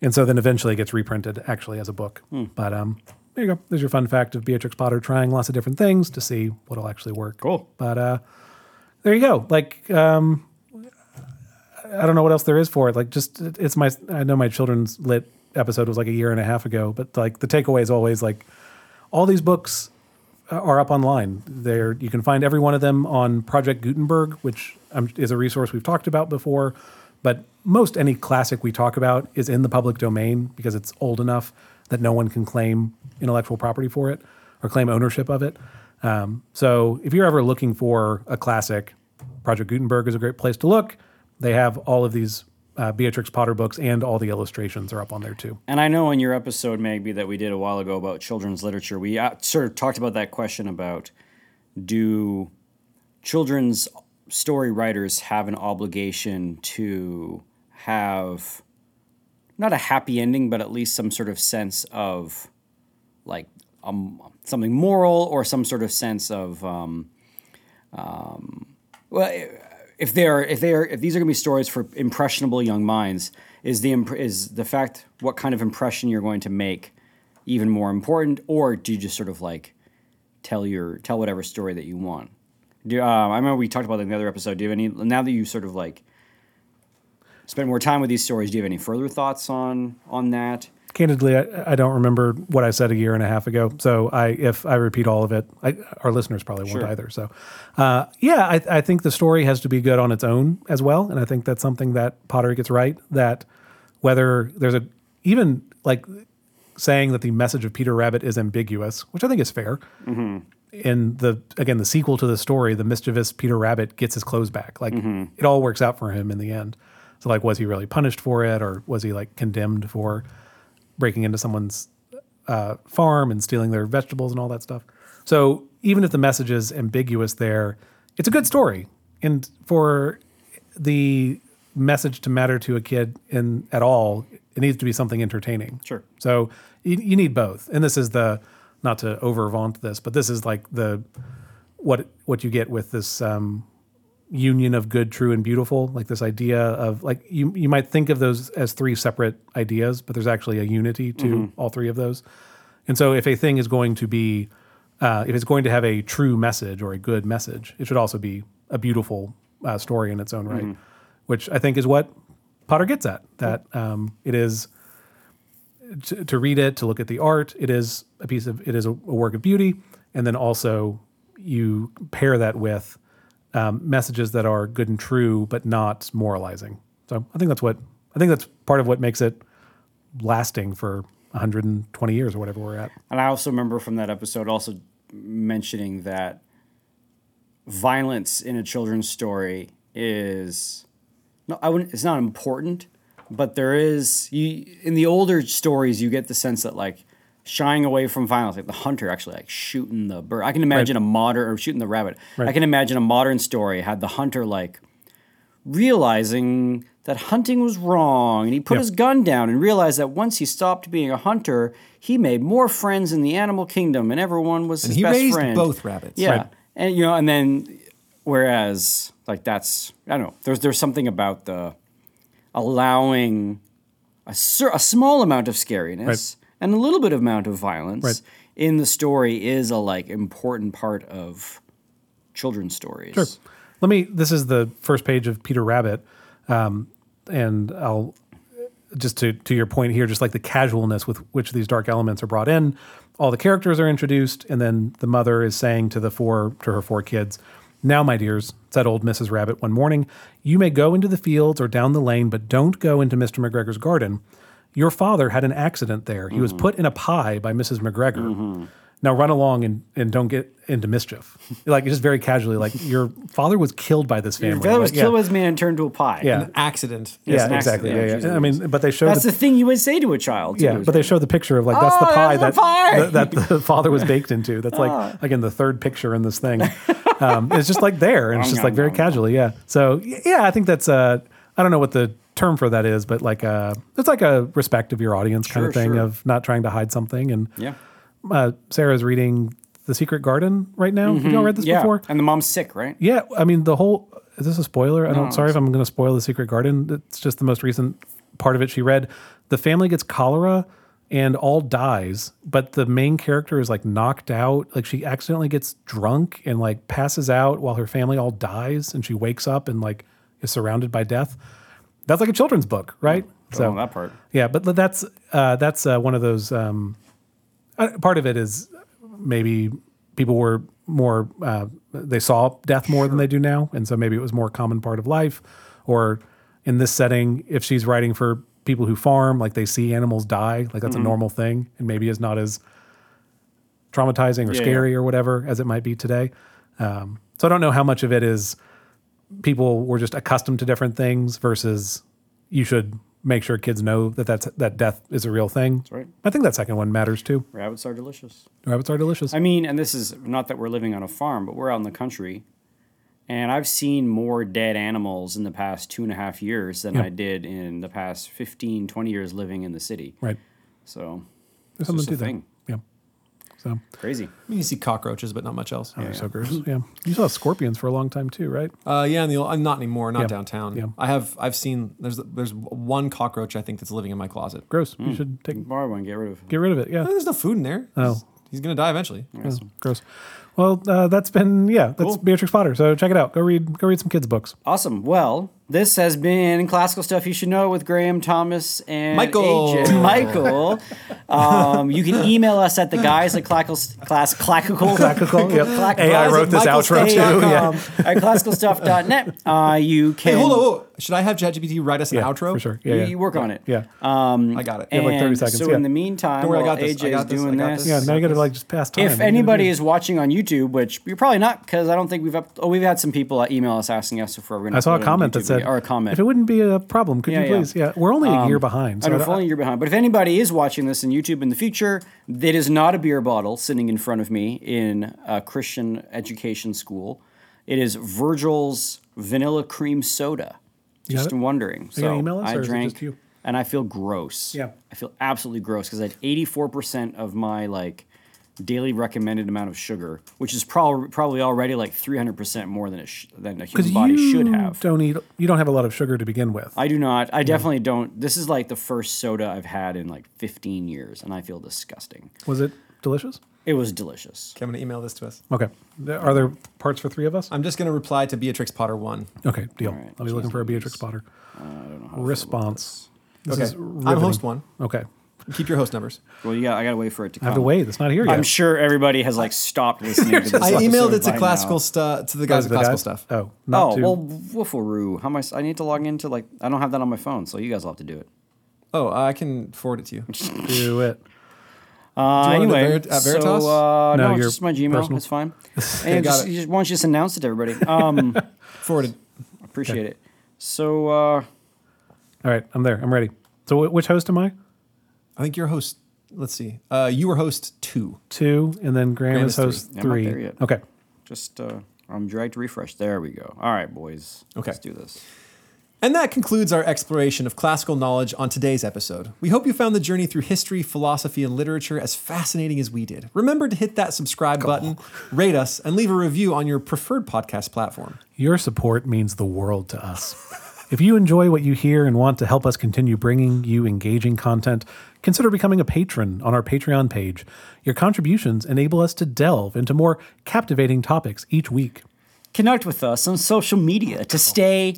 Speaker 2: And so then eventually it gets reprinted actually as a book. But um, there you go. There's your fun fact of Beatrix Potter trying lots of different things to see what'll actually work.
Speaker 1: Cool.
Speaker 2: But uh, there you go. Like, um, I don't know what else there is for it. Like, just it- it's my. I know my children's lit episode was like a year and a half ago, but like the takeaway is always like all these books are up online. There, you can find every one of them on Project Gutenberg, which um, is a resource we've talked about before. But most any classic we talk about is in the public domain because it's old enough that no one can claim intellectual property for it or claim ownership of it. Um, so if you're ever looking for a classic, Project Gutenberg is a great place to look. They have all of these uh, Beatrix Potter books and all the illustrations are up on there too.
Speaker 1: And I know in your episode, maybe that we did a while ago about children's literature, we uh, sort of talked about that question about do children's story writers have an obligation to have not a happy ending, but at least some sort of sense of like um, something moral or some sort of sense of um, um, well if they're if they're if these are going to be stories for impressionable young minds is the imp- is the fact what kind of impression you're going to make even more important or do you just sort of like tell your tell whatever story that you want do, uh, i remember we talked about that in the other episode do you have any now that you sort of like spend more time with these stories do you have any further thoughts on on that
Speaker 2: candidly, I, I don't remember what I said a year and a half ago. So I, if I repeat all of it, I, our listeners probably won't
Speaker 1: Sure.
Speaker 2: either. So, uh, yeah, I, I think the story has to be good on its own as well, and I think that's something that Potter gets right. That whether there's a even like saying that the message of Peter Rabbit is ambiguous, which I think is fair. In the again the sequel to the story, the mischievous Peter Rabbit gets his clothes back. Like it all works out for him in the end. So like, was he really punished for it, or was he like condemned for breaking into someone's uh, farm and stealing their vegetables and all that stuff? So even if the message is ambiguous, there, it's a good story. And for the message to matter to a kid in at all, it needs to be something entertaining.
Speaker 1: Sure.
Speaker 2: So you, you need both, and this is the not to over vaunt this, but this is like the what what you get with this um, union of good, true, and beautiful. Like this idea of like you you might think of those as three separate ideas, but there's actually a unity to all three of those. And so if a thing is going to be uh, if it's going to have a true message or a good message, it should also be a beautiful uh, story in its own right, which I think is what Potter gets at. That um, it is to, to read it, to look at the art. It is a piece of it is a, a work of beauty, and then also you pair that with um, messages that are good and true, but not moralizing. So I think that's what I think that's part of what makes it lasting for 120 years or whatever we're at.
Speaker 1: And I also remember from that episode also mentioning that violence in a children's story is no, I wouldn't. It's not important, but there is you in the older stories you get the sense that like shying away from violence, like the hunter actually like shooting the bird. I can imagine a modern or shooting the rabbit. I can imagine a modern story had the hunter like realizing that hunting was wrong and he put his gun down and realized that once he stopped being a hunter he made more friends in the animal kingdom and everyone was his
Speaker 3: he
Speaker 1: best
Speaker 3: raised
Speaker 1: friend.
Speaker 3: both rabbits.
Speaker 1: yeah
Speaker 2: Right.
Speaker 1: and you know and then whereas like that's i don't know there's there's something about the allowing a, cer- a small amount of scariness and a little bit of amount of violence
Speaker 2: Right.
Speaker 1: in the story is a like important part of children's stories sure.
Speaker 2: Let me. This is the first page of Peter Rabbit, um, and I'll just to to your point here, just like the casualness with which these dark elements are brought in, all the characters are introduced, and then the mother is saying to the four to her four kids, "Now, my dears," said old Mrs. Rabbit one morning, "you may go into the fields or down the lane, but don't go into Mister McGregor's garden. Your father had an accident there. He was
Speaker 1: Mm-hmm.
Speaker 2: put in a pie by Mrs. McGregor." Now run along and, and don't get into mischief. Like just very casually, like your father was killed by this family.
Speaker 1: Your father was
Speaker 2: Like, yeah.
Speaker 1: killed by this man and turned to a pie.
Speaker 2: Yeah.
Speaker 3: An accident.
Speaker 1: It's
Speaker 2: Yeah,
Speaker 1: an
Speaker 2: exactly.
Speaker 1: accident.
Speaker 2: Yeah,
Speaker 1: She's
Speaker 2: yeah.
Speaker 1: a-
Speaker 2: I mean, but they show
Speaker 1: That's
Speaker 2: the
Speaker 1: the thing you would say to a child.
Speaker 2: yeah,
Speaker 1: too.
Speaker 2: but they show the picture of like that's the
Speaker 1: Oh,
Speaker 2: pie
Speaker 1: that's
Speaker 2: that
Speaker 1: the pie! Ah.
Speaker 2: th- that the father was baked into. That's like again the third picture in this thing. Um, it's just like there, and it's just
Speaker 1: Nom,
Speaker 2: like very
Speaker 1: nom, nom.
Speaker 2: casually. Yeah. So y- yeah, I think that's uh, I don't know what the term for that is, but like uh, it's like a respect of your audience kind of
Speaker 1: Sure,
Speaker 2: thing
Speaker 1: sure.
Speaker 2: of not trying to hide something. And
Speaker 1: yeah,
Speaker 2: uh, Sarah's reading The Secret Garden right now. Have y'all read this
Speaker 1: Mm-hmm. yeah.
Speaker 2: before?
Speaker 1: And the mom's sick, right?
Speaker 2: Yeah, I mean the whole. Is this a spoiler? I don't. sorry if I'm going to spoil the Secret Garden. It's just the most recent part of it. She read the family gets cholera and all dies, but the main character is like knocked out. Like she accidentally gets drunk and like passes out while her family all dies, and she wakes up and like is surrounded by death. That's like a children's book, right?
Speaker 1: oh, that part.
Speaker 2: Yeah, but but that's uh, that's uh, one of those. Um, uh, part of it is maybe people were more uh, they saw death more than they do now, and so maybe it was more common part of life. Or in this setting, if she's writing for people who farm, like they see animals die, like that's a normal thing, and maybe is not as traumatizing or
Speaker 1: Yeah,
Speaker 2: scary or whatever as it might be today. Um, so I don't know how much of it is people were just accustomed to different things versus you should make sure kids know that that's, that death is a real thing. That's
Speaker 1: right.
Speaker 2: I think that second one matters too.
Speaker 1: Rabbits are delicious.
Speaker 2: Rabbits are delicious.
Speaker 1: I mean, and this is not that we're living on a farm, but we're out in the country, and I've seen more dead animals in the past two and a half years than I did in the past 15, 20 years living in the city.
Speaker 2: right.
Speaker 1: So
Speaker 2: There's
Speaker 1: it's
Speaker 2: something
Speaker 1: just
Speaker 2: to
Speaker 1: a
Speaker 2: that.
Speaker 1: thing.
Speaker 2: Yeah. So,
Speaker 1: Crazy.
Speaker 3: I mean, you see cockroaches, but not much else.
Speaker 2: yeah. so gross. Yeah. You saw scorpions for a long time too, right?
Speaker 3: Uh, yeah, and the, uh, not anymore. Not downtown.
Speaker 2: yeah.
Speaker 3: I have. I've seen. There's. There's one cockroach I think that's living in my closet.
Speaker 2: Gross.
Speaker 1: Hmm.
Speaker 2: You should take,
Speaker 1: Borrow one, get rid of.
Speaker 2: get rid of it. Yeah.
Speaker 3: There's no food in there.
Speaker 2: Oh.
Speaker 3: He's, he's gonna die eventually.
Speaker 2: Yeah, gross. Well, uh, that's been yeah, that's
Speaker 1: Cool.
Speaker 2: Beatrix Potter. So check it out. Go read go read some kids books.
Speaker 1: Awesome. Well, this has been classical stuff you should know with Graham Thomas and
Speaker 3: Michael.
Speaker 1: AJ. Michael. Um, you can email us at the guys at clackle, class clackical.
Speaker 2: Clackical, yep.
Speaker 1: Clack-
Speaker 2: Hey, I
Speaker 1: class-
Speaker 2: wrote this outro too,
Speaker 1: michaelstuff.com, uh, At classicalstuff.net. Uh, you can
Speaker 3: Hey, hold on, hold on. Should I have ChatGPT write us an
Speaker 2: Yeah,
Speaker 3: outro?
Speaker 2: for sure.
Speaker 1: you,
Speaker 2: Yeah, yeah.
Speaker 1: you work on it.
Speaker 2: yeah.
Speaker 3: I got it.
Speaker 2: have, like, 30
Speaker 1: Mm. And
Speaker 2: seconds,
Speaker 1: So
Speaker 2: yeah.
Speaker 1: in the meantime,
Speaker 3: worry, I
Speaker 1: while
Speaker 3: got this,
Speaker 1: AJ
Speaker 3: I
Speaker 1: is
Speaker 3: got this, I
Speaker 1: doing
Speaker 3: got
Speaker 1: this,
Speaker 2: yeah. Now you got to like just pass time.
Speaker 1: if anybody is watching on YouTube, which you're probably not, because I don't think we've up, oh we've had some people uh, email us asking us if we're going to.
Speaker 2: I saw a comment that said,
Speaker 1: or a comment.
Speaker 2: If it wouldn't be a problem, could
Speaker 1: Yeah,
Speaker 2: you
Speaker 1: yeah.
Speaker 2: please? Yeah. we're only a year behind. So
Speaker 1: I'm
Speaker 2: I don't-
Speaker 1: falling year behind. But if anybody is watching this in YouTube in the future, that is not a beer bottle sitting in front of me in a Christian education school. It is Virgil's vanilla cream soda. Just
Speaker 2: it?
Speaker 1: wondering.
Speaker 2: you gonna
Speaker 1: So
Speaker 2: email us,
Speaker 1: I
Speaker 2: or is it
Speaker 1: drank,
Speaker 2: just you?
Speaker 1: and I feel gross.
Speaker 2: Yeah.
Speaker 1: I feel absolutely gross because I had 84% of my like daily recommended amount of sugar, which is probably probably already like 300% more than it sh- than a human body
Speaker 2: you
Speaker 1: should have.
Speaker 2: don't eat. You don't have a lot of sugar to begin with.
Speaker 1: I do not. I definitely don't. This is like the first soda I've had in like 15 years, and I feel disgusting.
Speaker 2: Was it delicious?
Speaker 1: It was delicious.
Speaker 3: Okay, I'm gonna email this to us.
Speaker 2: Okay. There- Are there parts for three of us?
Speaker 3: I'm just gonna reply to Beatrix Potter one.
Speaker 2: okay, deal. I'll be looking for a
Speaker 1: Jesus.
Speaker 2: Beatrix Potter response. This
Speaker 3: Okay,
Speaker 2: is
Speaker 3: I'm
Speaker 2: riveting.
Speaker 3: host one.
Speaker 2: Okay,
Speaker 3: Keep your host numbers.
Speaker 1: Well, yeah, I gotta wait for it to
Speaker 2: I
Speaker 1: come.
Speaker 2: have to wait. It's not here yet.
Speaker 1: I'm sure everybody has like stopped listening to this.
Speaker 3: I emailed
Speaker 1: episode
Speaker 3: it to
Speaker 1: by
Speaker 3: classical
Speaker 1: now.
Speaker 3: stuff to the
Speaker 2: Oh,
Speaker 3: guys at
Speaker 2: did I-
Speaker 3: classical stuff.
Speaker 2: Oh,
Speaker 1: Oh
Speaker 2: not to.
Speaker 1: well, woofaroo. How am I? s- I need to log into like I don't have that on my phone, so you guys will have to do it.
Speaker 3: Oh, I can forward it to you.
Speaker 2: do it.
Speaker 1: Uh,
Speaker 3: you want it
Speaker 1: anyway,
Speaker 3: at Ver- at Veritas?
Speaker 1: so uh,
Speaker 2: No,
Speaker 1: no, it's
Speaker 2: your
Speaker 1: just my Gmail.
Speaker 2: personal.
Speaker 1: It's fine. And
Speaker 3: got
Speaker 1: just,
Speaker 3: it.
Speaker 1: you just, why don't you just announce it to everybody? Um,
Speaker 3: Forwarded.
Speaker 1: appreciate it. So uh,
Speaker 2: All right, I'm there. I'm ready. So wh- which host am I?
Speaker 3: I think your host. Let's see. Uh, you were host two.
Speaker 2: Two, and then Graham,
Speaker 3: Graham
Speaker 2: is
Speaker 3: is
Speaker 2: host
Speaker 3: three.
Speaker 1: Yeah, I'm not
Speaker 2: three.
Speaker 1: there yet.
Speaker 2: Okay.
Speaker 1: just uh, I'm dragged to refresh. There we go. All right, boys.
Speaker 3: Okay.
Speaker 1: let's do this.
Speaker 3: And that concludes our exploration of classical knowledge on today's episode. We hope you found the journey through history, philosophy, and literature as fascinating as we did. Remember to hit that subscribe button, rate us, and leave a review on your preferred podcast platform.
Speaker 2: Your support means the world to us. if you enjoy what you hear and want to help us continue bringing you engaging content, consider becoming a patron on our Patreon page. Your contributions enable us to delve into more captivating topics each week.
Speaker 1: Connect with us on social media to stay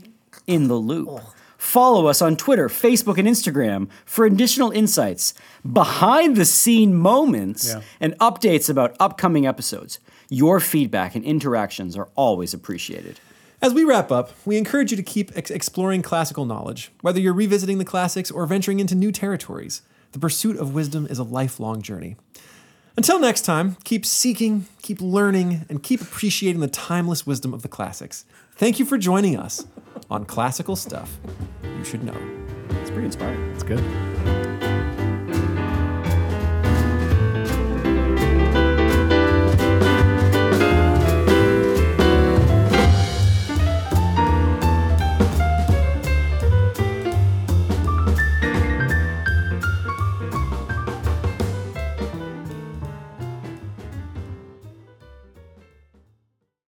Speaker 1: in the loop. Follow us on Twitter, Facebook, and Instagram for additional insights, behind the scene moments,
Speaker 2: Yeah.
Speaker 1: and updates about upcoming episodes. Your feedback and interactions are always appreciated.
Speaker 3: As we wrap up, we encourage you to keep ex- exploring classical knowledge, whether you're revisiting the classics or venturing into new territories. The pursuit of wisdom is a lifelong journey. Until next time, keep seeking, keep learning, and keep appreciating the timeless wisdom of the classics. Thank you for joining us on Classical Stuff You Should Know.
Speaker 1: It's pretty inspiring.
Speaker 2: That's good.